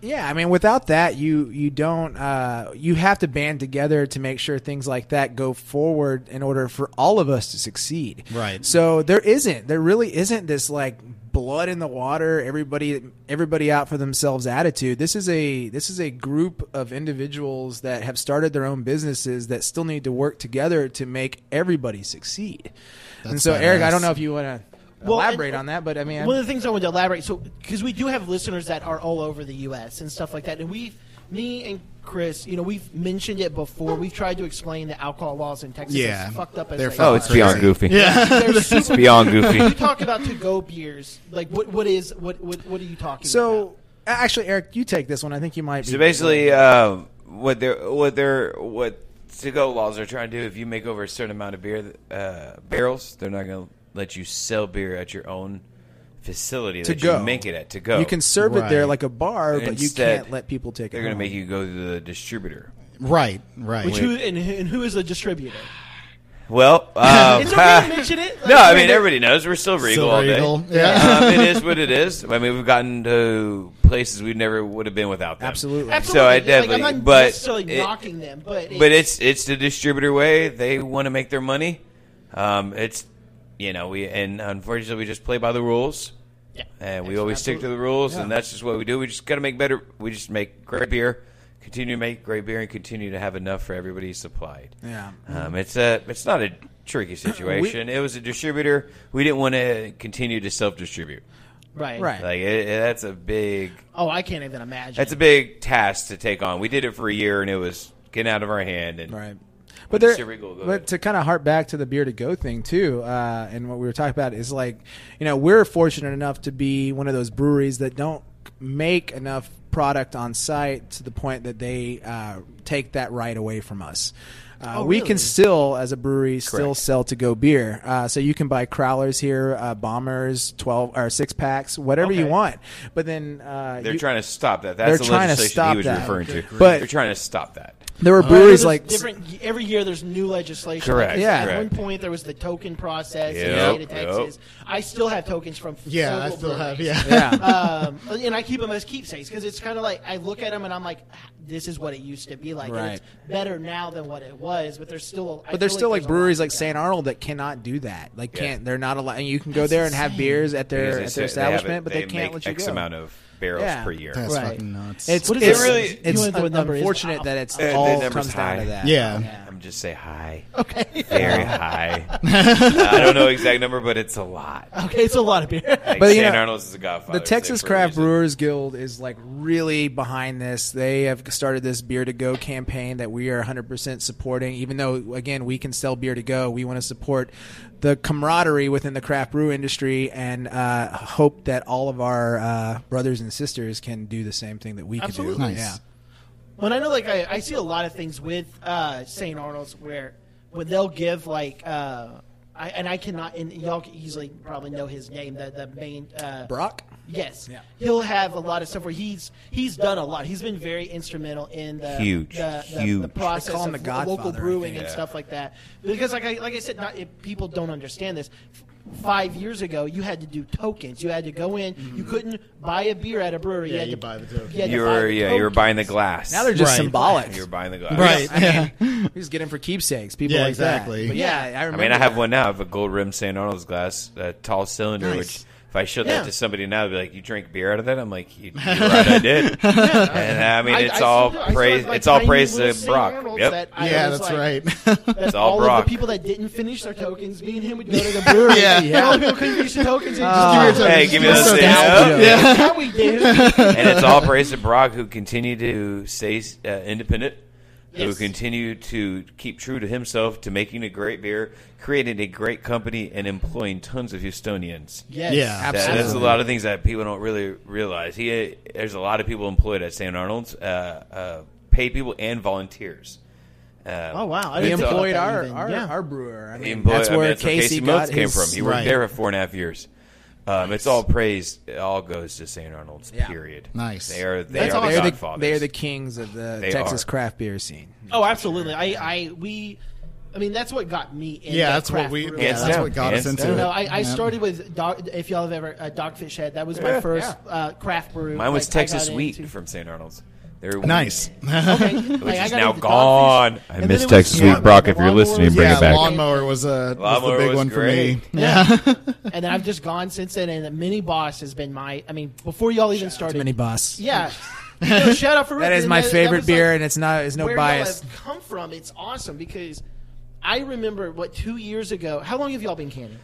G: yeah, I mean, without that, you you don't uh, you have to band together to make sure things like that go forward in order for all of us to succeed.
E: Right.
G: So there isn't there really isn't this like blood in the water, everybody everybody out for themselves attitude. This is a this is a group of individuals that have started their own businesses that still need to work together to make everybody succeed. and so, Eric, I
E: badass.
G: don't know if you want to
D: Well, and-
G: elaborate on that, but I mean,
D: One of the things I wanted to elaborate, so because we do have listeners that are all over the U.S. and stuff like that, and we, me and Chris, you know, we've mentioned it before. We've tried to explain the alcohol laws in Texas.
E: Yeah.
D: as fucked up as
E: They're
D: they
E: fucking
F: Oh,
D: are.
F: it's beyond goofy.
E: yeah,
D: They're super-
F: Beyond
D: you
F: goofy.
D: talk about to go beers. Like what? What is what? What, what are you talking
G: so.
D: about?
G: Actually, Eric, you take this one. I think you might.
F: So
G: be
F: basically, uh, what they're what they're what to go laws are trying to do. If you make over a certain amount of beer uh, barrels, they're not going to let you sell beer at your own facility
G: to
F: that
G: go.
F: you make it at to go.
G: You can serve it there
E: Right.
G: like a bar, but you
F: Instead,
G: can't let people take it.
F: They're going to
G: home.
F: make you go to the distributor.
E: right, right.
D: Which who and, who- and who is the distributor?
F: Well, um,
D: It's okay to mention it.
F: No, I mean
D: Like,
F: everybody knows we're still regal
E: Silver
F: all day.
E: Eagle, yeah.
F: um, it is what it is. I mean, we've gotten to places we never would have been without them.
G: Absolutely.
D: Absolutely.
F: So I
D: Like,
F: definitely,
D: I'm not
F: but
D: necessarily
F: it-
D: knocking them, but
F: but it's it's the distributor way. They want to make their money. Um, it's you know we and unfortunately we just play by the rules,
D: Yeah.
F: and we always stick to the rules, and that's just what we do. We just got to make better. We just make great beer, continue to make great beer, and continue to have enough for everybody supplied.
G: Yeah.
F: um, it's a it's not a tricky situation. it was a distributor. We didn't want to continue to self distribute.
D: right,
G: Right.
F: Like it, it- that's a big
D: Oh, I can't even imagine.
F: that's a big task to take on. We did it for a year, and it was getting out of our hand and.
G: Right. But there,
F: Mr. Regal, go ahead.
G: but to kind of harp back to the beer to go thing too, uh, and what we were talking about is like, you know, we're fortunate enough to be one of those breweries that don't make enough product on site to the point that they uh, take that right away from us. Uh,
D: Oh,
G: we
D: really?
G: can still, as a brewery, still
F: Correct.
G: sell to go beer. Uh, so you can buy crowlers here, uh, bombers, twelve or six packs, whatever you
D: Okay.
G: want. But then uh,
F: They're
G: you-
F: trying to stop that.
G: They're
F: That's the
G: trying to
F: legislation
G: stop
F: he was
G: that.
F: referring to.
G: But-
F: they're trying to stop that.
G: there
F: Oh.
D: I
G: were
D: know
G: breweries
D: there's
G: like
D: different. Every year, there's new legislation.
F: Correct,
D: Like,
G: yeah.
D: At
F: correct.
D: one point, there was the token process in
F: Yep,
D: the state of Texas. I still have tokens from.
E: Yeah, I
D: several
E: still have.
D: breweries.
E: Yeah.
G: yeah.
D: um, and I keep them as keepsakes because it's kind of like I look at them and I'm like, this is what it used to be like. And it's better now than what it was, but there's still. I
G: But there's
D: feel
G: still like,
D: there's a
G: breweries
D: lot
G: like
D: of
G: St. Arnold that cannot do that. Like
F: Yeah.
G: can't they're not allowed. And you can go
D: That's
G: there and have
D: insane.
G: beers at
F: Because
G: their at their
F: they said they have
G: establishment,
F: it-
G: but they, can't
F: make
G: let you
F: X
G: go.
F: amount of barrels
G: Yeah.
F: per year.
E: That's
D: Right.
E: fucking nuts.
G: It's
D: What is
G: it's,
F: it? Really-
G: it's,
D: You wanna know what number is?
G: unfortunate that it's
F: Uh, the
G: all
F: number's
G: comes down
F: high.
G: to that.
E: Yeah.
F: I'm just say high.
D: Okay.
F: Very high. I don't know exact number, but it's a lot.
D: Okay, it's a lot of beer.
F: Like
G: But, you
F: St.
G: know,
F: Arnold's is a godfather.
G: The Texas
F: They're
G: Craft
F: producing-
G: Brewers Guild is like really behind this. They have started this beer to go campaign that we are 100% supporting. Even though, again, we can sell beer to go, we want to support the camaraderie within the craft brew industry and uh, hope that all of our uh, brothers and sisters can do the same thing that we can do.
D: Absolutely.
E: Nice.
G: Yeah.
D: When I know, like, I, I see a lot of things with uh, St. Arnold's where when they'll give, like, uh, I, and I cannot, and y'all can easily probably know his name, the, the main. Uh,
G: Brock?
D: Yes,
G: Yeah.
D: he'll have a lot of stuff where he's he's done a lot. He's been very instrumental in the
F: Huge,
D: the, the, the
F: huge.
D: process
G: They call him
D: of
G: the
D: lo- local
G: Godfather, I
D: brewing
G: think.
D: and
F: Yeah.
D: stuff like that. Because like I like I said, not, if people don't understand this. F- Five years ago, you had to do tokens. You had to go in. You couldn't buy a beer at a brewery.
E: Yeah,
D: had
E: you
D: to-
E: buy the token.
D: had to
F: You
D: buy
F: were
D: the
F: yeah, you were
D: token.
F: buying the glass.
G: Now they're just
E: Right.
G: symbolic.
F: you were buying the glass.
E: Right.
G: I mean, we just get them for keepsakes. People
E: Yeah,
G: like
E: exactly.
G: that. But yeah, I
F: I
G: remember.
F: mean, I have
G: that.
F: one now. I have a gold rim St. Arnold's glass, a tall cylinder.
E: Nice.
F: Which, if I showed
D: Yeah.
F: that to somebody now, they'd be like, "You drink beer out of that?" I'm like, "You, you're right, I did." And uh, I mean,
D: I-
F: it's
D: I
F: all
D: still do. I still
F: praise.
D: have my
F: It's all
D: tiny
F: praise
D: little
F: to
D: St.
F: Brock.
D: Arnold's
F: Yep.
D: that I
E: yeah,
D: was
E: that's
D: like-
E: right.
D: That's
F: all
D: all, of
F: Brock.
D: the people that didn't finish their tokens. Me and him would go to the brewery.
E: Yeah.
D: yeah. All the people couldn't finish the tokens. And just
E: Give me
D: give
E: your
D: it to
E: token.
F: Hey,
E: Just
F: give me
E: your
F: those
E: token.
F: things.
G: Nostalgia.
E: Yeah.
D: That's how we did.
F: and it's all praise to Brock, who continued to stay uh, independent, who
D: Yes.
F: continued to keep true to himself, to making a great beer, creating a great company, and employing tons of Houstonians.
D: Yes.
E: Yeah.
F: That- That's a
G: Absolutely.
F: lot of things that people don't really realize. He there's a lot of people employed at St. Arnold's, uh, uh, paid people and volunteers. Um,
D: Oh wow! I
G: We
D: didn't think about
G: employed
D: that
G: our,
D: even.
G: our,
D: yeah.
G: our brewer. I mean,
F: He employed-
G: that's
F: I mean,
G: where
F: where
G: Casey,
F: Motes
G: got
F: came
G: his,
F: from. He worked
E: Right.
F: there for four and a half years. Um, It's all praise. It all goes to St. Arnold's.
G: Yeah.
F: Period.
E: Nice.
F: They are. They
G: That's
F: are
G: awesome.
F: the
G: They're, the,
F: godfathers.
G: they're the kings of the
F: They
G: Texas
F: are.
G: craft beer scene.
D: Oh, absolutely. I, I, we, I mean, that's what got me. in
E: yeah, that's what we. Yeah,
F: Hands
E: that's
F: down.
E: what got us
F: Hands
E: into
F: down.
E: it.
D: You know, I, I
E: Yeah.
D: started with dog, if y'all have ever uh, Dogfish Head. That was my
F: Yeah,
D: first uh, craft brew.
F: Mine was
D: Like, I
F: Texas
D: got
F: wheat
D: into-
F: from St. Arnold's. They're
E: Nice.
D: Okay.
F: which
D: Like, I
F: is
D: got
F: now
D: into Dogfish,
F: gone. I
D: and then
F: miss
D: it was-
F: Texas
D: yeah,
F: wheat, Brock. If you're
D: lawnmower
F: listening,
D: was
F: bring
E: yeah,
F: it back.
E: lawnmower was a was the
F: Lawnmower
E: big
F: was
E: one
F: great.
E: for me.
D: and then I've just gone since then. And Mini Boss has been my. I mean, before y'all even started,
G: Mini Boss.
D: Yeah. No, shout out for
G: That is
D: Ruth.
G: my
D: And that- that
G: favorite
D: was, like,
G: beer, and it's not. It's no
D: where
G: bias.
D: y'all have come from, it's awesome because I remember what two years ago. How long have y'all been canning?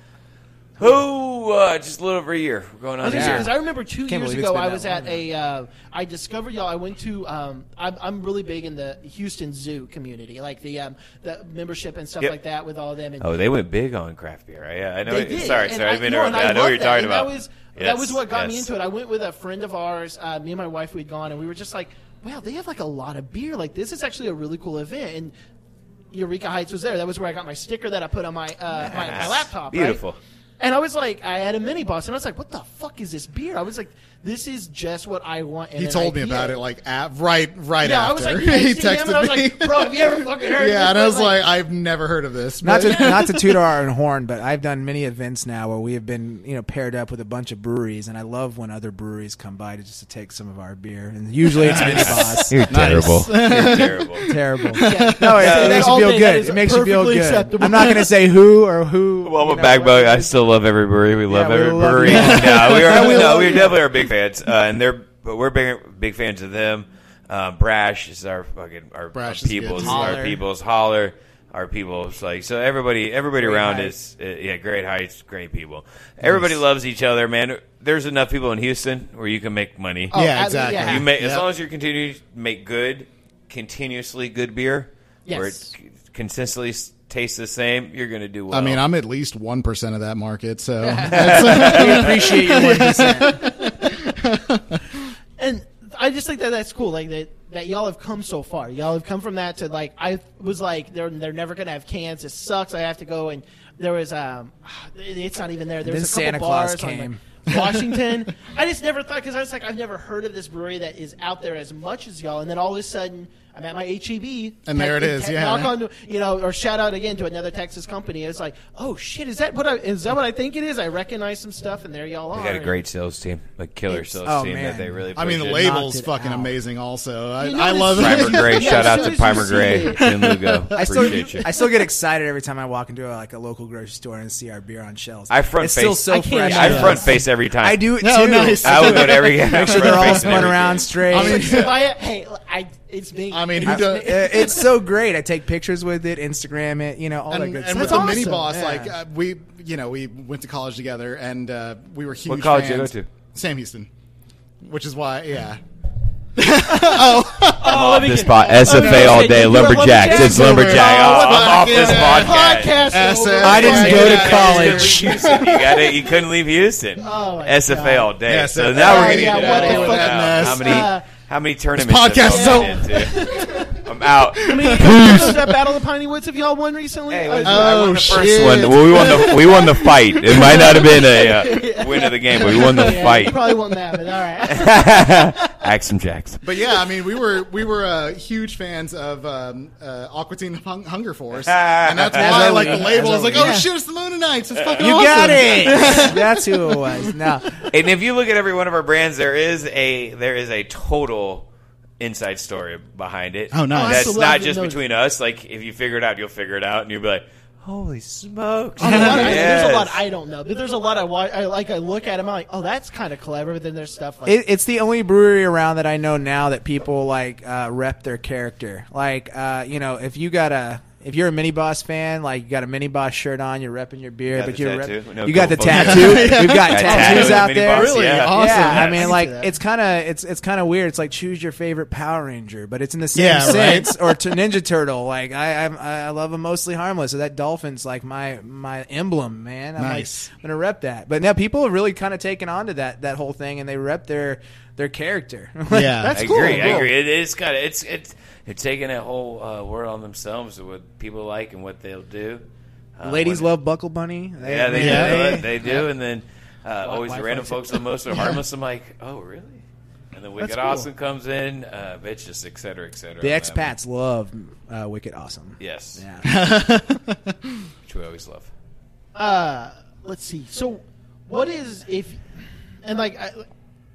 F: Who? Uh, just a little over a year. We're going on a
D: Because
G: Yeah.
F: year.
D: I remember 2
G: Can't
D: years
G: believe it's
D: ago,
G: been
D: I
G: that
D: was
G: long
D: at
G: now.
D: a. Uh, I discovered y'all. I went to. Um, I'm, I'm really big in the Houston Zoo community, like the um, the membership and stuff
F: Yep.
D: like that with all them. And
F: Oh, they went big on craft beer. I, I know.
D: They did.
F: Sorry,
D: and
F: sorry. I've been
D: no, and
F: interrupted. I, know
D: love
F: what you're
D: that.
F: talking
D: And
F: about.
D: That was, that was what got me
F: yes.
D: into it. I went with a friend of ours. Uh, me and my wife, we'd gone, and we were just like, wow, they have like a lot of beer. Like, this is actually a really cool event. And Eureka Heights was there. That was where I got my sticker that I put on my, uh, my, my
F: Nice.
D: laptop. right?
F: Beautiful.
D: And I was like, I had a mini boss, and I was like, what the fuck is this beer? I was like, this is just what I want. in
E: He
D: an
E: told me
D: IPA.
E: about it like at, right right
D: Yeah, I
E: after
D: was like,
E: he
D: texting
E: texted
D: him, and I was
E: me.
D: like, bro, have you ever fucking heard of this?
E: yeah, and I was
D: But,
E: like, I've never heard of this.
G: not
E: but-
G: to not to toot our own horn, but I've done many events now where we have been you know paired up with a bunch of breweries, and I love when other breweries come by to just to take some of our beer, and usually it's Mini Boss.
F: You're terrible. You're terrible.
G: Terrible. No, it, it makes you
D: all
G: feel
D: day, that
G: good.
D: is
G: It makes you feel
D: perfectly
G: good.
D: acceptable.
G: I'm not going to say who or who.
F: Well, I'm
G: you
F: a
G: know,
F: bag
G: what-
F: bug. I still love every brewery. We love
G: we
F: every
G: love
F: brewery.
G: you.
F: no, we are.
G: We
F: no,
G: love
F: we
G: you.
F: definitely are big fans, uh, and they're. But we're big, big fans of them. Uh, Brash is our fucking our, our
E: Brash is good.
F: people's
G: Holler.
F: our people's holler. Our people's like so everybody everybody
G: Great
F: around
G: Heights.
F: is uh, yeah great heights great people everybody loves each other man there's enough people in Houston where you can make money
D: Oh,
E: yeah,
D: I-
E: exactly.
D: yeah.
F: you may, as
E: Yep.
F: long as you continue to make good, continuously good beer, where it
D: Yes.
F: c- consistently s- tastes the same, you're going to do well.
E: I mean, I'm at least one percent of that market, so
G: We appreciate your one percent.
D: And I just just think that that's cool. Like that, that y'all have come so far. Y'all have come from that to like I was like they're they're never gonna have cans. It sucks. I have to go and there was um, it's not even there. There was a
G: Then
D: couple
G: Santa Claus
D: bars on, like,
G: came.
D: Washington. I just never thought because I was like I've never heard of this brewery that is out there as much as y'all. And then all of a sudden I'm at my E HEB
E: And there it is, yeah.
D: knock on on to- you know, or shout out again to another Texas company. It's like, oh shit, is that what I is that what I think it is? I recognize some stuff, and there y'all are.
F: They got a great sales team, a killer sales
G: oh,
F: team
G: man.
F: that they really. Push
E: I mean, the
F: it.
E: label's
G: Knocked it
E: fucking
G: out.
E: amazing. Also, I,
D: You
E: I
D: notice-
E: love
F: Primer
E: it.
F: Gray,
D: Yeah,
F: shout
D: as
F: out
D: soon
F: to
D: as you
F: Primer
D: see
F: Gray,
D: it.
F: Jim Lugo. Appreciate you.
G: I still get excited every time I walk into like a local grocery store and see our beer on shelves.
F: I front
G: it's still
F: face-
G: so
F: I
D: can't
G: fresh.
D: imagine.
F: I front face every time.
G: I do it
E: No,
G: too.
E: nice.
F: I will go to every.
G: Make sure they're all spun around straight.
E: I mean,
D: If I, hey, I, it's me.
E: I mean,
G: I-
E: who does?
G: it- it's so great. I take pictures with it, Instagram it, you know, all that
E: And,
G: good
E: and
G: stuff.
E: with the mini boss,
G: Yeah.
E: like uh, we, you know, we went to college together, and uh, we were huge.
F: college did you
E: fans.
F: go to?
E: Sam Houston, which is why, yeah.
F: I'm off this
D: get-
F: spot. SFA all
D: shit,
F: day.
D: you were a
F: Lumberjacks. It's lumberjack.
E: Oh,
F: Oh, I'm
E: fuck
F: off this
E: yeah.
G: uh,
F: podcast.
E: SF.
G: I didn't go to
E: Yeah.
G: college.
F: Houston, you got it. You couldn't leave Houston.
D: Oh, my
F: SFA all day.
E: Yeah,
F: so
E: so-
F: now
E: Oh,
F: we're getting
E: yeah,
F: into
E: what
F: all
E: the
F: of
E: fuck
F: that.
E: mess.
F: How many?
D: Uh,
F: how many tournaments? have
E: podcast
F: y'all
E: so-
F: been into? I'm out.
D: I mean, was that Battle of Piney Woods have y'all won recently?
F: Hey,
D: Uh,
F: listen, I won the
E: Oh,
F: first
E: shit.
F: one. Well, we won the we won the fight. It might not have been a uh, win of the game, but we won the
D: yeah, you
F: fight.
D: probably won that, but all right.
F: Axe and jacks.
E: But yeah, I mean, we were we were uh, huge fans of um, uh, Aqua Teen Hung- Hunger Force, and that's
F: As
E: why
G: are
E: like
G: we.
E: the label
G: As
E: is
G: are
E: like,
G: we.
E: oh
G: Yeah.
E: shit, it's the Moon Knights. It's fucking
G: you
E: awesome.
G: got it. That's who it was. No,
F: And if you look at every one of our brands, there is a there is a total inside story behind it.
E: Oh, nice. Oh,
F: That's
D: absolutely. I
F: not
D: didn't
F: just
D: know-
F: between us. Like if you figure it out, you'll figure it out, and you'll be like, "Holy smokes!"
D: A lot- I- There's a
F: Yes.
D: lot I don't know, but there's a lot I, wa- I like. I look at them, I'm like, oh, that's kind of clever. But then there's stuff like
G: it, it's the only brewery around that I know now that people like uh, rep their character. Like, uh, you know, if you got a if you're a mini boss fan, like you got a mini boss shirt on, you're repping your beer,
F: Got
G: but
F: the
G: you're
F: tattoo?
G: rep-
F: No,
G: you got the
F: go fuck
G: tattoo.
E: yourself.
G: We've got
F: Got
G: tattoos
F: tattoo,
G: out
F: mini
G: there.
F: boss,
E: Really
F: yeah.
E: awesome.
G: Yeah, I
D: I
G: mean,
D: can
G: like
D: see that.
G: it's kind of it's it's kind of weird. It's like choose your favorite Power Ranger, but it's in the same
E: Yeah, right.
G: sense. Or to Ninja Turtle. Like I I'm- I, I love a mostly harmless. So that dolphin's like my my emblem, man. I'm
E: Nice.
G: like I'm gonna rep that. But now people have really kind of taken on to that that whole thing, and they rep their their character. Like,
E: Yeah.
G: that's
F: I
G: cool.
F: agree. I
G: Cool.
F: agree. It is kind of it's it's it's taking a whole uh, word on themselves of what people like and what they'll do. Uh,
G: Ladies
F: what-
G: love Buckle Bunny. They,
F: Yeah, they
E: Yeah.
F: do. They, they do. And then uh, always the random folks are the most are harmless. I'm like, oh really? And then Wicked
D: That's cool.
F: Awesome comes in, uh, bitches, et cetera, et cetera.
G: the
F: on that one.
G: expats love uh, Wicked Awesome.
F: Yes,
G: Yeah.
F: which we always love.
D: uh, let's see. So, what is if, and like, I,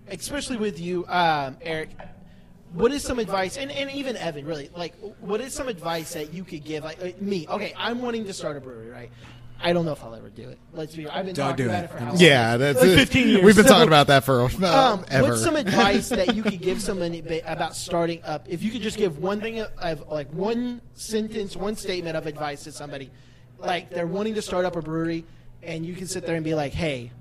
D: especially with you, um, Eric, what is some advice, and, and even Evan, really, like, what is some advice that you could give, like, uh, me? Okay, I'm wanting to start a brewery, right? I don't know if I'll ever do it. Let's be. I've been
G: Don't
D: talking
G: do
D: about
G: it.
D: it, for how long?
E: Yeah, that's
D: Like 15 years.
E: We've been
D: So-
E: talking about that for uh,
D: Um,
E: ever.
D: what's some advice that you could give somebody ba- about starting up? If you could just give one thing, of- of like one sentence, one statement of advice to somebody, like they're wanting to start up a brewery, and you can sit there and be like, "Hey,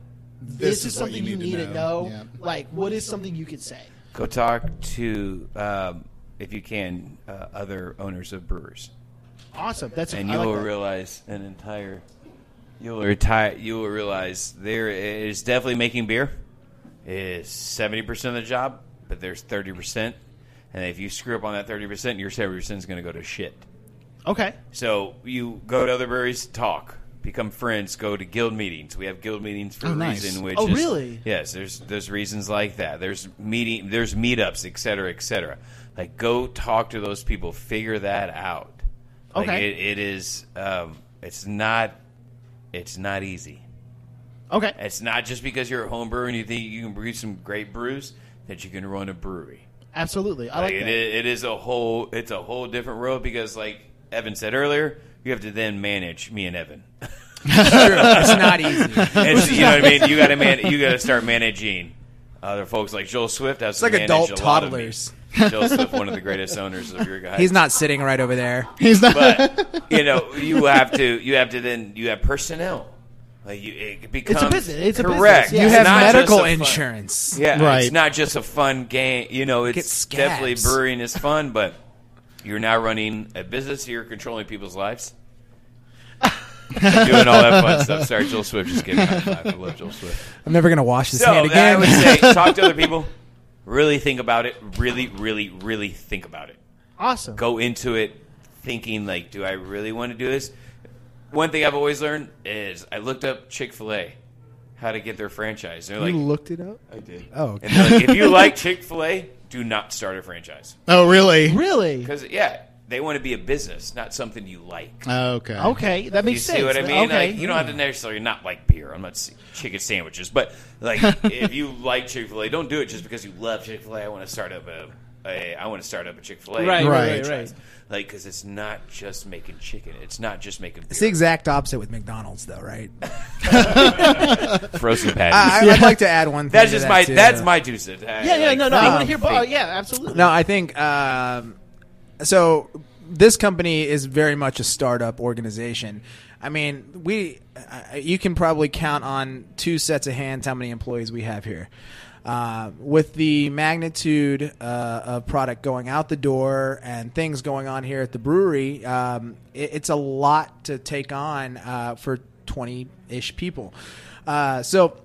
D: this, is,
E: what
D: something you need, to know. Like, what is something you could say?"
F: Go talk to, um, if you can, uh, other owners of brewers.
D: Awesome. That's
F: and
D: I
F: you
D: like
F: will
D: that.
F: realize an entire you'll retire you will realize there is definitely making beer is 70% of the job but there's 30% and if you screw up on that 30% your 70% is going to go to shit
D: Okay.
F: so you go to other breweries talk become friends go to guild meetings we have guild meetings for
E: Oh,
F: a
E: nice.
F: reason which
D: Oh,
F: is-
D: really?
F: yes there's there's reasons like that there's meeting there's meetups etc cetera, etc cetera. like go talk to those people figure that out like
D: Okay.
F: it, it is um, it's not it's not easy
D: Okay.
F: it's not just because you're a home brewer and you think you can brew some great brews that you can run a brewery
D: Absolutely. I
F: like
D: like,
F: it,
D: that.
F: is, it is a whole it's a whole different road because like evan said earlier you have to then manage me and evan
G: It's not easy.
F: it's, you know what i mean you gotta man you gotta start managing other folks like joel swift has it's
G: like adult toddlers.
F: joel swift one of the greatest owners of your guys
G: He's not sitting right over there.
E: He's not.
F: but you know you have to you have to then you have personnel like you, it becomes
D: business. It's a business,
F: correct
D: yeah.
G: You
D: It's
G: have
F: not just a
G: medical
F: fun-
G: insurance.
F: yeah
E: Right.
F: it's not just a fun game you know
G: Get
F: it's
G: scabs.
F: definitely brewing is fun but you're now running a business you're controlling people's lives doing all that fun stuff sorry Joel Swift just gave me a high five I love Joel Swift
G: I'm never gonna wash his
F: so
G: hand
F: that I
G: again.
F: would say talk to other people Really think about it. Really, really, really think about it.
D: Awesome.
F: Go into it thinking like, do I really want to do this? One thing I've always learned is I looked up Chick Fil A, how to get their franchise. They're like,
G: you looked it up.
F: I did.
G: Oh, okay.
F: And they're like, if you like Chick Fil A, do not start a franchise
E: Oh, really?
D: Really?
F: because yeah, they want to be a business, not something you like.
E: Oh, Okay.
D: Okay, that
F: you
D: makes
F: see
D: sense.
F: what I mean?
D: Okay.
F: Like, you don't have to
G: Mm.
F: necessarily not like beer. I'm not s- chicken sandwiches, but like if you like Chick Fil A, don't do it just because you love Chick Fil A. I want to start up a, a I want to start up a Chick Fil A.
D: Right,
E: right,
D: right, right.
F: Like, because it's not just making chicken. It's not just making beer.
G: It's the exact opposite with McDonald's, though, right?
F: frozen patties.
G: I, I'd like to add one. Thing
F: that's
G: to
F: just
G: that,
F: my
G: too.
F: that's my two cents. I-
D: Yeah, yeah,
F: like,
D: no, no. I want to
G: think-
D: hear. bo- Oh, yeah, absolutely.
G: No, I think um, so. This company is very much a startup organization. I mean, we uh, you can probably count on two sets of hands how many employees we have here. Uh, with the magnitude uh, of product going out the door and things going on here at the brewery, um, it, it's a lot to take on uh, for twenty ish people. Uh, so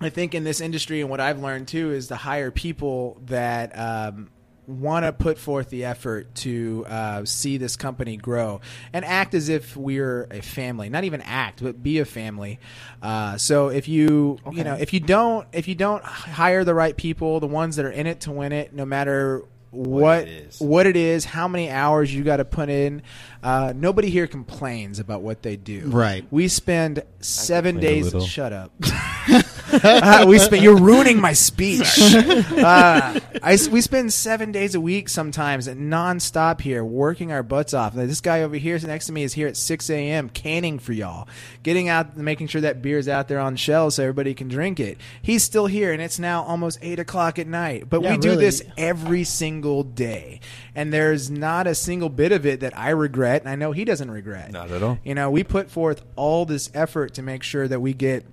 G: I think in this industry and what I've learned too is to hire people that um, want to put forth the effort to uh, see this company grow and act as if we're a family. Not even act, but be a family. Uh, so if you you know if you don't if you don't hire the right people, the ones that are in it to win it, no matter what
F: it is.
G: what it is, how many hours you got to put in. Uh, nobody here complains about what they do.
E: Right.
G: We spend seven
F: complain a
G: days.
F: little.
G: Shut up. Uh, we spend. You're ruining my speech. Uh, I s- we spend seven days a week sometimes nonstop here, working our butts off. And this guy over here next to me is here at 6 a.m. canning for y'all, getting out, making sure that beer's out there on shelves so everybody can drink it. He's still here, and it's now almost eight o'clock at night. But
D: Yeah,
G: we do
D: really.
G: this every single day, and there's not a single bit of it that I regret, and I know he doesn't regret.
F: Not at all.
G: You know, we put forth all this effort to make sure that we get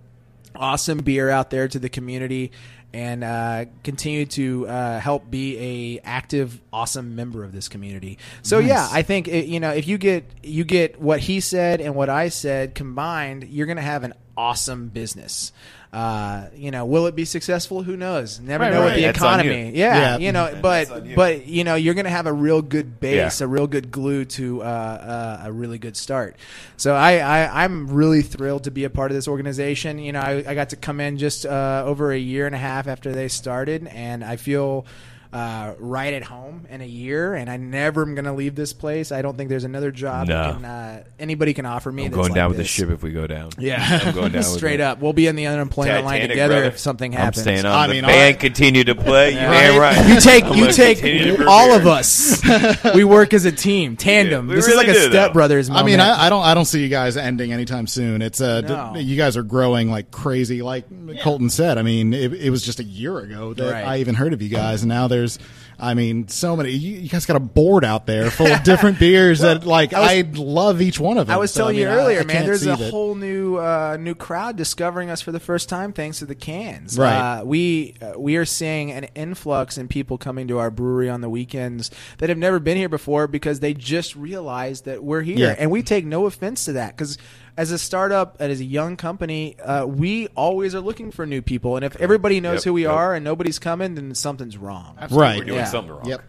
G: awesome beer out there to the community and uh, continue to uh, help be a active awesome member of this community so yeah i think it, you know if you get you get what he said and what i said combined you're gonna have an awesome business uh, you know will it be successful who knows never
D: Right,
G: know
D: right.
G: with the
F: That's on you.
G: economy yeah,
E: Yeah.
G: you know but but you know you're gonna have a real good base
F: Yeah.
G: a real good glue to uh, uh, a really good start so I, I i'm really thrilled to be a part of this organization you know i, I got to come in just uh, over a year and a half after they started and i feel uh, right at home in a year, and I never am going to leave this place. I don't think there's another job that
F: No.
G: can, uh, anybody can offer me.
F: I'm
G: that's
F: going
G: like
F: down with the
G: this.
F: ship if we go down.
G: Yeah.
F: I'm going down with
G: Straight
F: it.
G: up, we'll be in the unemployment line
F: Titanic,
G: together
F: brother.
G: if something
F: I'm
G: happens.
F: staying on.
E: I
F: the
E: mean,
F: band
E: I-
F: continue to play. You ain't right.
G: You take
F: I'm
G: you
F: gonna continue to
G: take
F: brew
G: all
F: beer.
G: of us. We work as a team, tandem.
F: We
G: this
F: really
G: is
F: do,
G: like a
F: though.
G: stepbrothers
E: I
G: moment.
E: mean, I, I don't, I don't see you guys ending anytime soon. It's uh, d-
G: No.
E: you guys are growing like crazy, like Colton said. I mean, it, it was just a year ago that
G: Right.
E: I even heard of you guys, and now there's, I mean, so many. You, you guys got a board out there full of different beers that, like, I, love each one of them.
G: I was
E: So,
G: telling you
E: mean, I-
G: earlier,
E: I
G: man.
E: can't
G: There's
E: see
G: a
E: that-
G: whole new uh, new crowd discovering us for the first time thanks to the cans.
E: Right.
G: Uh, we uh, we are seeing an influx in people coming to our brewery on the weekends that have never been here before because they just realized that we're here,
E: Yeah.
G: and we take no offense to that because. As a startup and as a young company, uh, we always are looking for new people. And if everybody knows
F: Yep,
G: who we
F: yep.
G: are and nobody's coming, then something's wrong.
F: We're
E: right.
F: doing
G: Yeah.
F: something wrong.
E: Yep.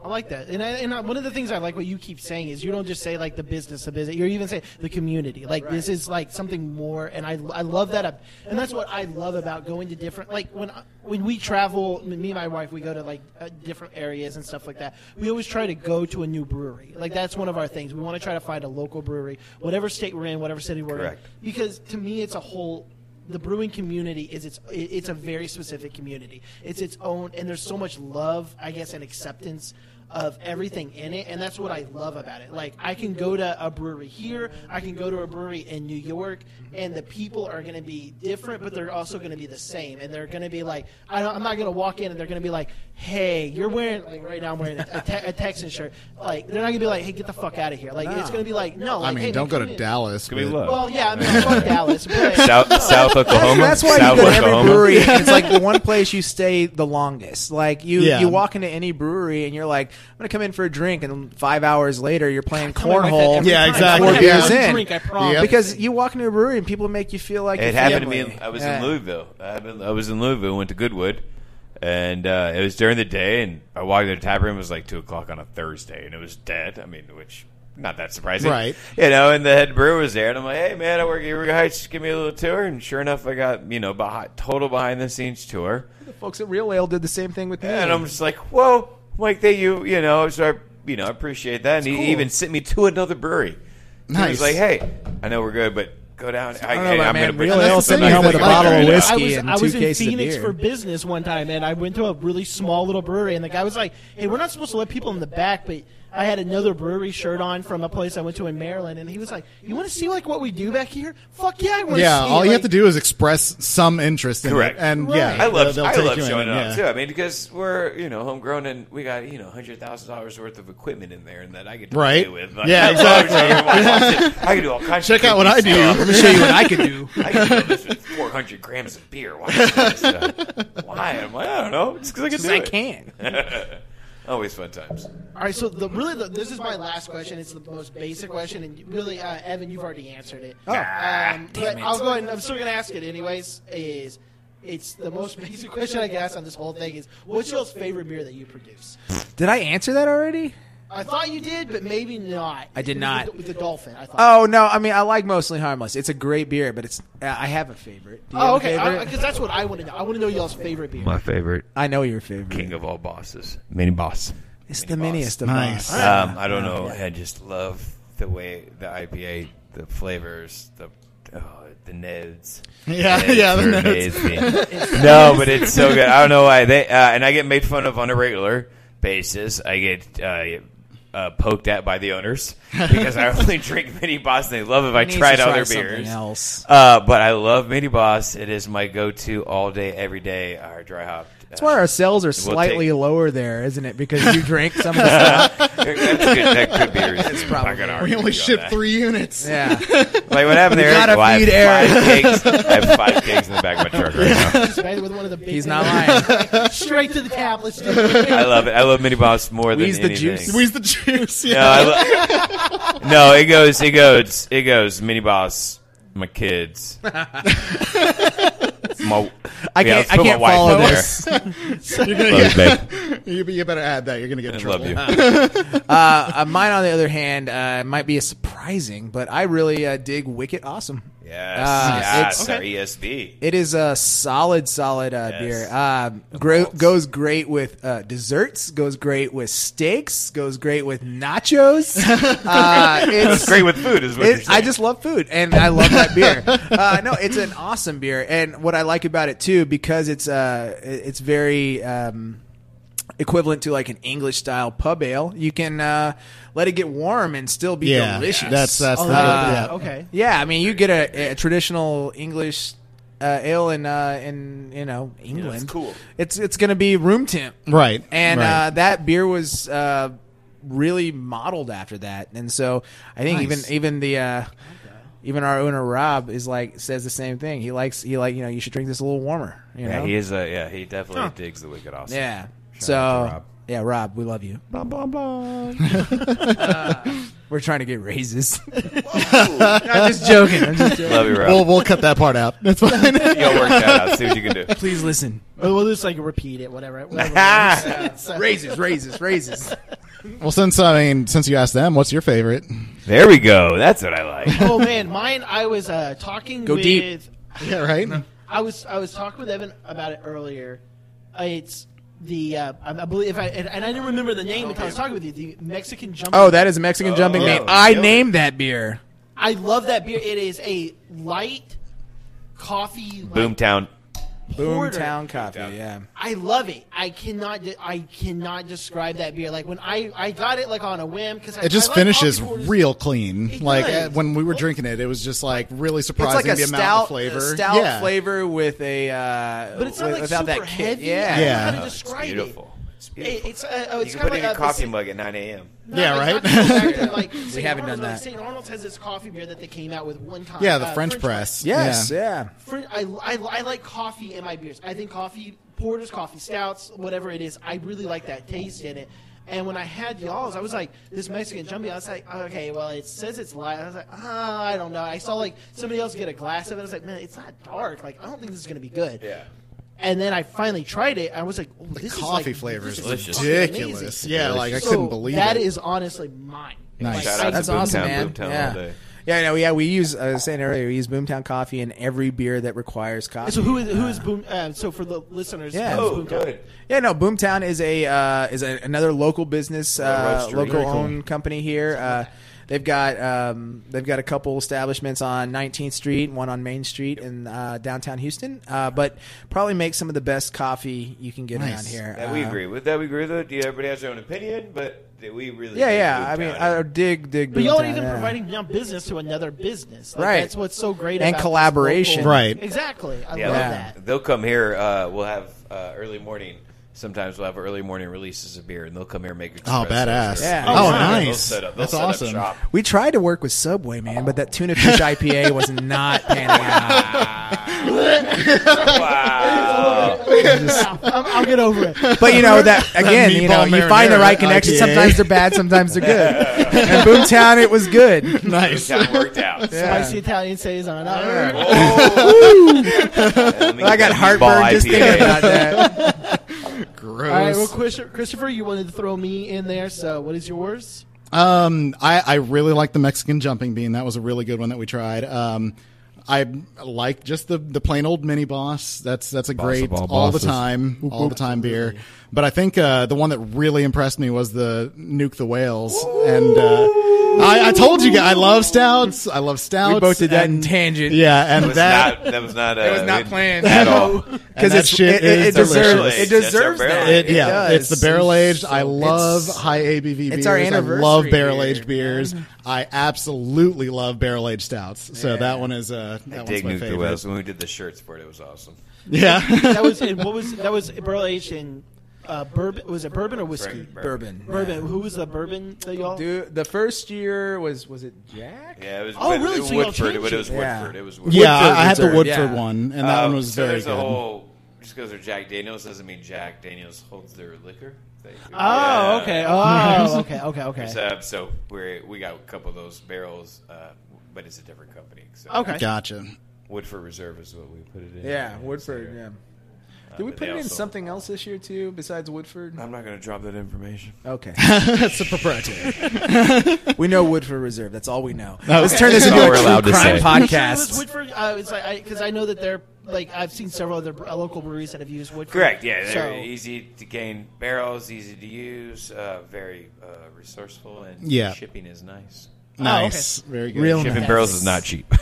D: I like that, and I, and I, one of the things I like what you keep saying is you don't just say like the business, the business. You're even saying the community. Like this is like something more, and I, I love that. ab- And that's what I love about going to different. Like when I- when we travel, me and my wife, we go to like uh, different areas and stuff like that. We always try to go to a new brewery. Like that's one of our things. We want to try to find a local brewery, whatever state we're in, whatever city we're
F: Correct.
D: in, because to me it's a whole the brewing community is its it- it's a very specific community. It's its own, and there's so much love, I guess, and acceptance of everything in it, and that's what I love about it. Like I can go to a brewery here, I can go to a brewery in New York, and the people are going to be different, but they're also going to be the same, and they're going to be like, I don't, I'm not going to walk in and they're going to be like, Hey, you're wearing like right now I'm wearing a, te- a Texan shirt. Like they're not going to be like, Hey, get the fuck out of here. Like it's going to be like, No,
E: I
D: like,
E: mean,
D: hey,
E: don't go
D: come
E: to
D: in.
E: Dallas.
F: Could be
E: but-
G: Oh.
F: love.
D: Well, yeah, I mean, fuck Dallas. But,
F: South, South Oklahoma.
G: That's why
F: South
G: you go to every
F: Oklahoma.
G: brewery. and it's like the one place you stay the longest. Like you,
E: Yeah.
G: you walk into any brewery and you're like, I'm gonna come in for a drink, and five hours later you're playing
D: Tell my wife that
G: cornhole.
D: every
E: Yeah,
D: time.
E: exactly.
D: I
G: Four
D: wanna
E: Yeah.
G: beers
D: have one
G: in.
D: Drink, I promise.
E: Yep.
G: Because you walk into a brewery and people make you feel like
F: It
G: your
F: happened to me.
G: family.
F: In, I was
G: Yeah.
F: in Louisville. I, happened, I was in Louisville. Went to Goodwood. And uh, it was during the day, and I walked into the tap room. It was like two o'clock on a Thursday, and it was dead. I mean, which not that surprising,
E: Right.
F: You know, and the head brewer was there, and I'm like, "Hey, man, I work at Eureka Heights. Just give me a little tour." And sure enough, I got you know behind, total behind the scenes tour.
G: The folks at Real Ale did the same thing with me.
F: And I'm just like, whoa, Mike, they you you know, so I you know, I appreciate that. And he even sent me to another brewery. He
E: Nice.
F: was like, Hey, I know we're good, but go down I,
G: don't know about
F: am
G: man,
F: gonna put
G: real
F: you-
E: ale
F: I'm
E: sent
F: not
E: me home
F: gonna
E: with a
F: put you
E: bottle of
F: in.
G: whiskey.
D: I was,
G: and
D: I was
G: two
D: in
G: cases of
D: Phoenix
G: beer.
D: for business one time, and I went to a really small little brewery, and the guy was like, "Hey, we're not supposed to let people in the back," but I had another brewery shirt on from a place I went to in Maryland, and he was like, "You want to see like what we do back here? Fuck yeah, I want to
E: Yeah,
D: see."
E: all you
D: like,
E: have to do is express some interest in
F: Correct.
E: it, and
D: Right.
E: yeah,
F: I
E: they'll-
F: love
E: they'll
F: I
E: take
F: love
E: you in,
F: showing it
E: yeah.
F: off too. I mean, because we're you know homegrown and we got you know hundred thousand dollars worth of equipment in there and that I get to
E: Right.
F: play with. Like,
E: Yeah,
F: I love showing everyone. I can do all kinds.
E: Check
F: of
E: out what I
F: crazy
E: do.
F: stuff.
E: Let me
G: show you what I could do.
F: I can fill this with 400 grams of beer. Why? am I doing this stuff? Why? I'm like, I don't know. It's because I can do
G: I
F: it.
G: can.
F: Always fun times.
D: All right, so the really the, this is my last question. It's the most basic question, and really, uh, Evan, you've already answered it.
G: Oh.
D: um, but
G: damn it.
D: I'll go ahead and I'm still gonna ask it anyways. Is it's the most basic question I can ask on this whole thing is what's your favorite beer that you produce?
G: Did I answer that already?
D: I thought you did, but maybe not.
G: I did
D: With
G: not.
D: the- With the dolphin, I thought.
G: Oh no, I mean I like mostly harmless. It's a great beer, but it's uh, I have a favorite. Do you have
D: Oh,
G: a
D: okay.
G: favorite?
D: Because that's what I want to know. I want to know y'all's favorite beer.
F: My favorite
G: I know your favorite.
F: king of all bosses, mini boss.
G: it's the
F: Mini Boss.
G: miniest of
E: Nice.
G: boss.
F: Um, I don't know. I just love the way the IPA, the flavors, the oh, the neds.
E: Yeah,
F: Neds
E: yeah, the
F: are amazing. no, but it's so good. I don't know why they. Uh, and I get made fun of on a regular basis. I get. Uh, uh, poked at by the owners because I only drink Mini Boss and they love if I
G: He needs
F: try
G: to
F: to other
G: something
F: beers.
G: Else.
F: Uh, but I love Mini Boss. It is my go-to all day, every day. Our dry uh, hop.
G: That's why our sales are slightly
F: take-
G: lower there, isn't it? Because you drank some of the
F: That's
G: stuff.
F: good. That could be. a reason. I'm not
G: probably-
F: gonna
E: We
F: argue
E: only
F: on
E: ship
F: that.
E: three units.
G: Yeah.
F: Like what happened there?
G: gotta
F: Well, I have
G: feed Eric.
F: Five cakes. I have five cakes in the back of my truck right now.
D: He's right with one of the big
G: He's not lying.
D: Straight to the tab. Let's do it.
F: I love it. I love mini boss more than
G: Wheeze the
F: anything.
G: juice.
E: Squeeze the juice.
F: No,
E: Yeah.
F: I lo- no, it goes, it goes, it goes. Mini boss, my kids. My,
G: I
F: Yeah,
G: can't.
F: let's
G: I
F: put my
G: can't
F: wife
G: follow
F: in there.
G: this.
E: You're gonna,
F: Love you, babe.
E: you, you better add that. You're gonna get in
F: I
E: trouble.
F: love
G: Ah.
F: you.
G: Uh, uh, mine, on the other hand, uh, might be a surprising, but I really uh, dig Wicked Awesome.
F: Yes,
G: Uh,
F: yes, E
G: it's-
F: our ESB.
G: It is a solid, solid uh,
F: Yes.
G: beer. Um, gro-
F: malts.
G: goes great with uh, desserts. Goes great with steaks. Goes great with nachos. uh, it's
F: It's great with food, is what you're
G: It,
F: saying.
G: I just love food, and I love that beer. Uh, no, it's an awesome beer, and what I like about it too, because it's uh, it's very um, equivalent to like an English style pub ale. You can uh, let it get warm and still be
E: Yeah,
G: delicious. Oh,
E: that's that's the, yeah.
D: Okay.
G: yeah. I mean, you get a, a traditional English uh, ale in uh, in you know England.
F: cool.
G: It's it's gonna be room temp.
E: Right.
G: And
E: right.
G: uh, that beer was uh, really modeled after that, and so I think
E: Nice.
G: even even the uh, even our owner Rob is like says the same thing. He likes he like you know you should drink this a little warmer. You know?
F: yeah, he is. A, yeah, he definitely digs the wicked awesome.
G: Yeah.
F: Shout out to
G: So
F: Rob.
G: yeah, Rob, we love you.
F: Blah blah blah.
G: We're trying to get raises. uh, I'm just joking. I'm just joking.
F: love you, Rob.
E: we'll we'll cut that part out. That's fine.
F: You'll work that out. See what you can do.
G: Please listen.
D: Well, we'll just like repeat it, whatever. whatever works. Uh, so-
G: Ah! Raises, raises, raises.
E: well, since I mean, since you asked them, what's your favorite?
F: There we go. That's what I like.
D: oh man, mine. I was uh, talking
G: Go
D: with.
G: deep.
E: Yeah. Right.
D: I was I was talking with Evan about it earlier. Uh, It's the uh, I I believe if I and, and I didn't remember the name until I was talking with you. The Mexican jump.
G: Oh, that is a Mexican jumping
F: yeah.
G: bean. I
F: Yeah.
G: named that beer.
D: I love that beer. It is a light coffee. like,
F: Boomtown.
D: Porter.
G: Boomtown Coffee. Yeah.
D: I love it. I cannot. De- I cannot describe that beer. Like when I I got it like on a whim because
E: It just
D: I like
E: finishes
D: coffee porters.
E: real clean.
D: It
E: like
D: does.
E: uh, when we were drinking it, it was just like really
G: It's
E: surprising
G: like a
E: the amount
G: stout
E: of flavor.
G: a stout
E: yeah.
G: flavor with a, uh,
D: But it's
G: with-
D: not like
G: without
D: super
G: that kick.
D: heavy.
G: Yeah,
D: I don't know
E: Yeah.
D: how to
E: Oh,
F: it's
D: describe it.
F: beautiful. It's
D: It-
F: beautiful.
D: it's uh, oh,
F: you
D: it's kind
F: can put
D: of
F: it
D: like
F: in your
D: a-
F: coffee mug at 9 a.m.
D: No,
E: Yeah,
D: it's
E: right?
D: not so bad, but, like, St.
G: haven't
D: Arnold's,
G: done
D: like,
G: that.
D: St. Arnold's has this coffee beer that they came out with one time.
E: Yeah, the
D: uh,
E: French, press.
G: Yes,
E: Yeah.
G: yeah.
D: French- I, I, I like coffee in my beers. I think coffee porters, coffee stouts, whatever it is, I really like that taste in it. And when I had y'all's, I was like, this Mexican jumpy. I was like, okay, well, it says it's light. I was like, ah, I don't know. I saw like somebody else get a glass of it. I was like, man, it's not dark. Like, I don't think this is gonna be good.
F: Yeah.
D: And then I finally tried it. I was like, oh, this is
E: Coffee
D: like,
E: flavor
D: this
E: is
D: is
F: delicious.
D: fucking amazing.
E: ridiculous. Yeah, like I couldn't
D: So
E: believe
D: that
E: it.
D: is honestly mine.
E: Nice.
D: Like,
F: Shout out
D: I-
F: to
G: That's awesome,
F: Boomtown,
G: man.
F: Boomtown all
G: yeah.
F: day.
G: Yeah, no, yeah, we use. uh, I was saying earlier, we use Boomtown coffee in every beer that requires coffee.
D: uh, so who is who is boom? Uh, so for the listeners,
G: Yeah.
D: who's
F: Oh,
D: Boomtown?
F: good.
G: Yeah, no. Boomtown is a uh, is a, another local business,
F: Road
G: uh,
F: Street.
G: local
F: Very cool.
G: owned company here. Uh, they've got um, they've got a couple establishments on 19th Street, one on Main Street in uh, downtown Houston. Uh, but probably make some of the best coffee you can get around
E: Nice.
G: here.
F: That we
G: Uh,
F: agree with. That we agree with. Yeah, everybody has their own opinion, but that we really.
G: Yeah,
F: dig
G: yeah. I
F: Boomtown.
G: mean, I dig dig.
D: But y'all are
G: Boomtown,
D: even
G: yeah.
D: providing beyond business to another business. Like,
G: Right.
D: That's what's so great.
G: And
D: about this
G: collaboration.
D: local-
E: Right.
D: Exactly. I
F: Yeah,
D: love
F: they'll-
D: that.
F: They'll come here. Uh, we'll have uh, early morning. Sometimes we'll have early morning releases of beer, and they'll come here and make.
E: Oh,
F: espressos.
E: badass!
G: Yeah.
E: Oh,
F: They'll
E: nice.
F: set up- they'll
E: That's
F: set up
E: awesome.
F: shop.
G: We tried to work with Subway, man, but that tuna fish IPA was not panning out.
F: Wow.
D: I'll, I'll get over it.
G: But you know that again, you know,
E: meatball
G: you find the
E: marinara
G: right connection.
E: IPA.
G: Sometimes they're bad, sometimes they're good. and Boomtown, it was good.
E: Nice.
F: Boomtown worked out.
D: Spicy Italian saison. All right.
F: Oh.
G: I got heartburn just thinking about that.
E: Gross.
D: All right. Well, Chris- Christopher, you wanted to throw me in there. So, what is yours?
E: Um, I, I really like the Mexican jumping bean. That was a really good one that we tried. Um, I like just the, the plain old mini boss. That's that's a great
F: of all
E: all the
F: bosses.
E: time, all the time beer. But I think uh, the one that really impressed me was the Nuke the Whales. And uh, I, I told you guys, I love stouts. I love stouts.
G: We both did that in
E: and-
G: tangent.
E: Yeah, and
F: That was
E: that
F: not. That was not. Uh,
G: was not planned.
F: at all.
E: And
G: because
E: that
G: it's
E: shit
G: it, it,
E: is
G: it deserves
E: delicious.
G: it
F: That's our
G: deserves
F: barrel
G: that.
F: aged.
E: It,
G: It
E: yeah,
G: does.
E: it's the barrel aged. I love
G: It's-
E: high ABV beers.
G: it's our
E: I love
G: anniversary
E: barrel aged
G: beer,
E: beers. I absolutely love barrel aged stouts. So that one is uh, that one's
F: Dig
E: my
F: Nuke the Whales
E: favorite.
F: when we did the shirts for it. It was awesome.
E: Yeah,
D: That was in, what was that was barrel aged in uh, bourbon. Was it bourbon or whiskey?
F: Right,
G: bourbon.
D: Bourbon. Who was the bourbon that y'all?
G: Dude, the first year was was it Jack?
F: Yeah, it was.
D: Oh,
F: but
D: really?
F: It was
D: So y'all
F: Woodford. It,
D: changed
F: was
D: it?
G: Yeah.
F: Woodford. It was Woodford.
E: yeah. Oh, I, I had the
G: Woodford,
E: Woodford
G: yeah.
E: one, and that
F: Um,
E: one was
F: so
E: very
F: there's
E: good.
F: a whole just because they're Jack Daniels doesn't mean Jack Daniels holds their liquor. They-
D: Oh,
F: Yeah.
D: okay. Oh, okay. Okay. Okay.
F: So, um, so we we got a couple of those barrels, uh, but it's a different company. So
D: Okay.
E: Gotcha.
F: Woodford Reserve is what we put it in.
G: Yeah, Woodford. Yeah. Did we
F: but
G: put
F: Uh, they
G: it in
F: also-
G: something else this year too besides Woodford?
F: I'm not going to drop that information.
G: Okay,
E: That's a proprietary.
G: we know Woodford Reserve. That's all we know. Let's
E: Okay.
G: turn this
F: That's
G: into
F: all
G: a
F: we're allowed
G: true
F: to say.
G: crime
D: Sure, it was
G: podcast.
D: Woodford. Uh, it's like because I, know that they're like I've seen several other uh, local breweries that have used Woodford.
F: Correct. Yeah,
D: So
F: they're easy to gain barrels, easy to use, uh, very uh, resourceful, and
E: Yeah.
F: shipping is nice.
E: nice, very good.
G: Real
F: Shipping
G: nice.
F: barrels is not cheap.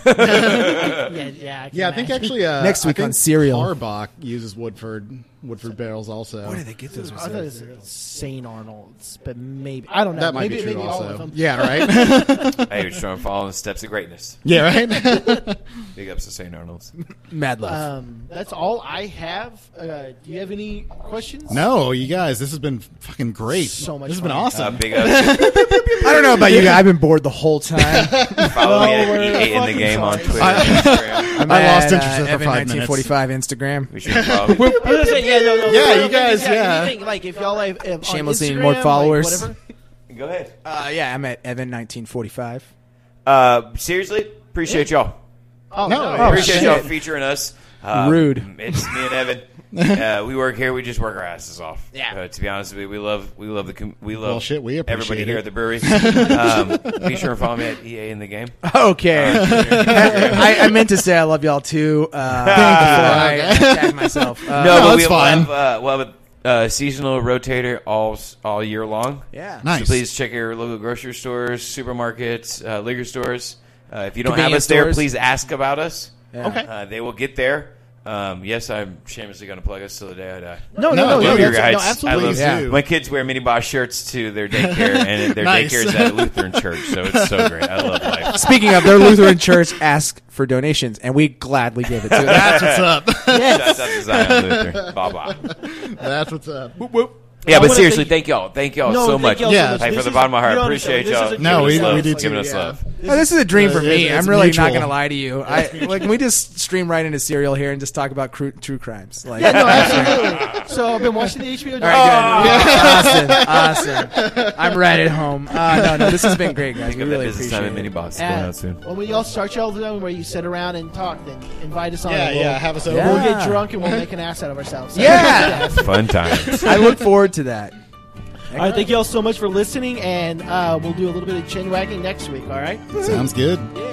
D: yeah, yeah. I can
E: Yeah, I think
D: imagine.
E: actually uh,
G: Next
E: I
G: week
E: think
G: on Serial.
E: Carbach uses Woodford Woodford barrels also.
G: Where did they get those?
D: I thought it was St. Arnold's, but maybe I don't know.
E: that might
D: maybe,
E: be true
D: maybe all of
E: also.
D: them.
E: Yeah, right.
F: hey, we're trying to follow the steps of greatness.
E: yeah, right.
F: Big ups to St. Arnold's.
G: Mad Love.
D: Um, that's all I have. Uh, do you have any questions?
E: no, you guys, this has been fucking great.
D: So much
E: This has been
D: fun.
F: Uh,
E: awesome.
F: big ups.
G: I don't know about you guys. I've been bored the whole time.
F: Follow me
D: we're
F: at EA in the
D: fucking
F: game on
D: sorry.
F: Twitter. and Instagram.
G: I'm
E: I lost
G: at,
E: interest
G: uh,
E: there for
G: Evan
E: five minutes.
G: 1945
F: We
G: Instagram.
F: should probably.
D: I was gonna say, yeah, no, no,
E: Yeah,
D: no, no,
E: you guys,
D: maybe,
E: yeah.
D: anything, like if y'all have if
G: Shamelessly
D: on Instagram,
G: more
D: like,
G: followers.
D: whatever.
F: Go ahead.
G: Uh, yeah, I'm at Evan 1945.
F: Uh, seriously, appreciate y'all.
D: Oh,
E: No,
D: no,
E: Oh,
F: appreciate
G: shit.
F: y'all featuring us. Um,
G: Rude.
F: It's me and Evan. uh, we work here. We just work our asses off.
D: Yeah.
F: Uh, to be honest, we, we love we love the com- we love
E: Well, shit, we appreciate
F: everybody
E: it.
F: here at the brewery. um, be sure and follow me at EA in the game. Uh,
G: Okay. I, I meant to say I love y'all too. Uh, Thank you. I tagged myself. Uh,
E: Oh, no,
F: but
E: it's
F: we'll
E: fine.
F: Have, uh, we'll have a uh, seasonal rotator all s- all year long.
G: Yeah.
E: Nice.
F: So please check your local grocery stores, supermarkets, uh, liquor stores. Uh, if you don't have
G: Convenience
F: us there,
G: stores.
F: please ask about us.
G: Yeah.
D: Okay.
F: Uh, they will get there. Um, yes, I'm shamelessly going to plug us till the day I die.
D: No, no, no,
E: No, I
D: no,
E: love
D: that's-
E: your
D: no,
F: guys.
D: absolutely.
E: I love
G: Yeah.
E: you.
F: My kids wear mini boss shirts to their daycare, and their
E: Nice.
F: daycare is at a Lutheran church, so it's so great. I love life.
G: Speaking of, their Lutheran church asks for donations, and we gladly give it to them.
E: That's what's up.
F: Shouts out to Zion Lutheran. Blah blah.
E: That's what's up.
F: Yeah, but
D: wanna
F: seriously,
D: thank-
F: thank y'all. Thank y'all
D: No,
F: Oh, so
D: thank
F: much.
D: y'all
E: Yeah.
D: so much.
F: Hey,
D: This
F: from the
D: is-
F: bottom of my
D: you
F: heart,
D: don't
F: appreciate
D: understand. This
F: y'all.
D: is a
E: No,
F: giving
E: we-
F: us
D: community
E: we
F: love,
E: do
D: service,
E: too.
F: giving us
D: yeah.
F: love.
G: No, this is a dream for
C: Uh,
G: me.
C: it's- it's
G: I'm really
C: mutual.
G: not gonna lie to you. I like can we just stream right into serial here and just talk about cru- true crimes. Like,
D: Yeah, no, absolutely. so I've been watching the HBO.
G: all
D: Oh.
G: right, good. Awesome, awesome. I'm right at home. Uh, no, no, this has been great, guys. We
F: Got
G: really
F: that business time
G: appreciate
F: at
G: it.
F: Mini Boss going
D: And
F: out soon.
D: well, when y'all start your zone where you sit around and talk, then invite us on.
C: Yeah,
D: and we'll,
C: yeah, have us over.
G: Yeah.
D: We'll get drunk and we'll make an ass out of ourselves.
G: Yeah.
F: Fun times.
G: I look forward to that.
D: all right. Thank y'all so much for listening, and uh, we'll do a little bit of chin wagging next week. All right.
E: Sounds good.
D: Yeah.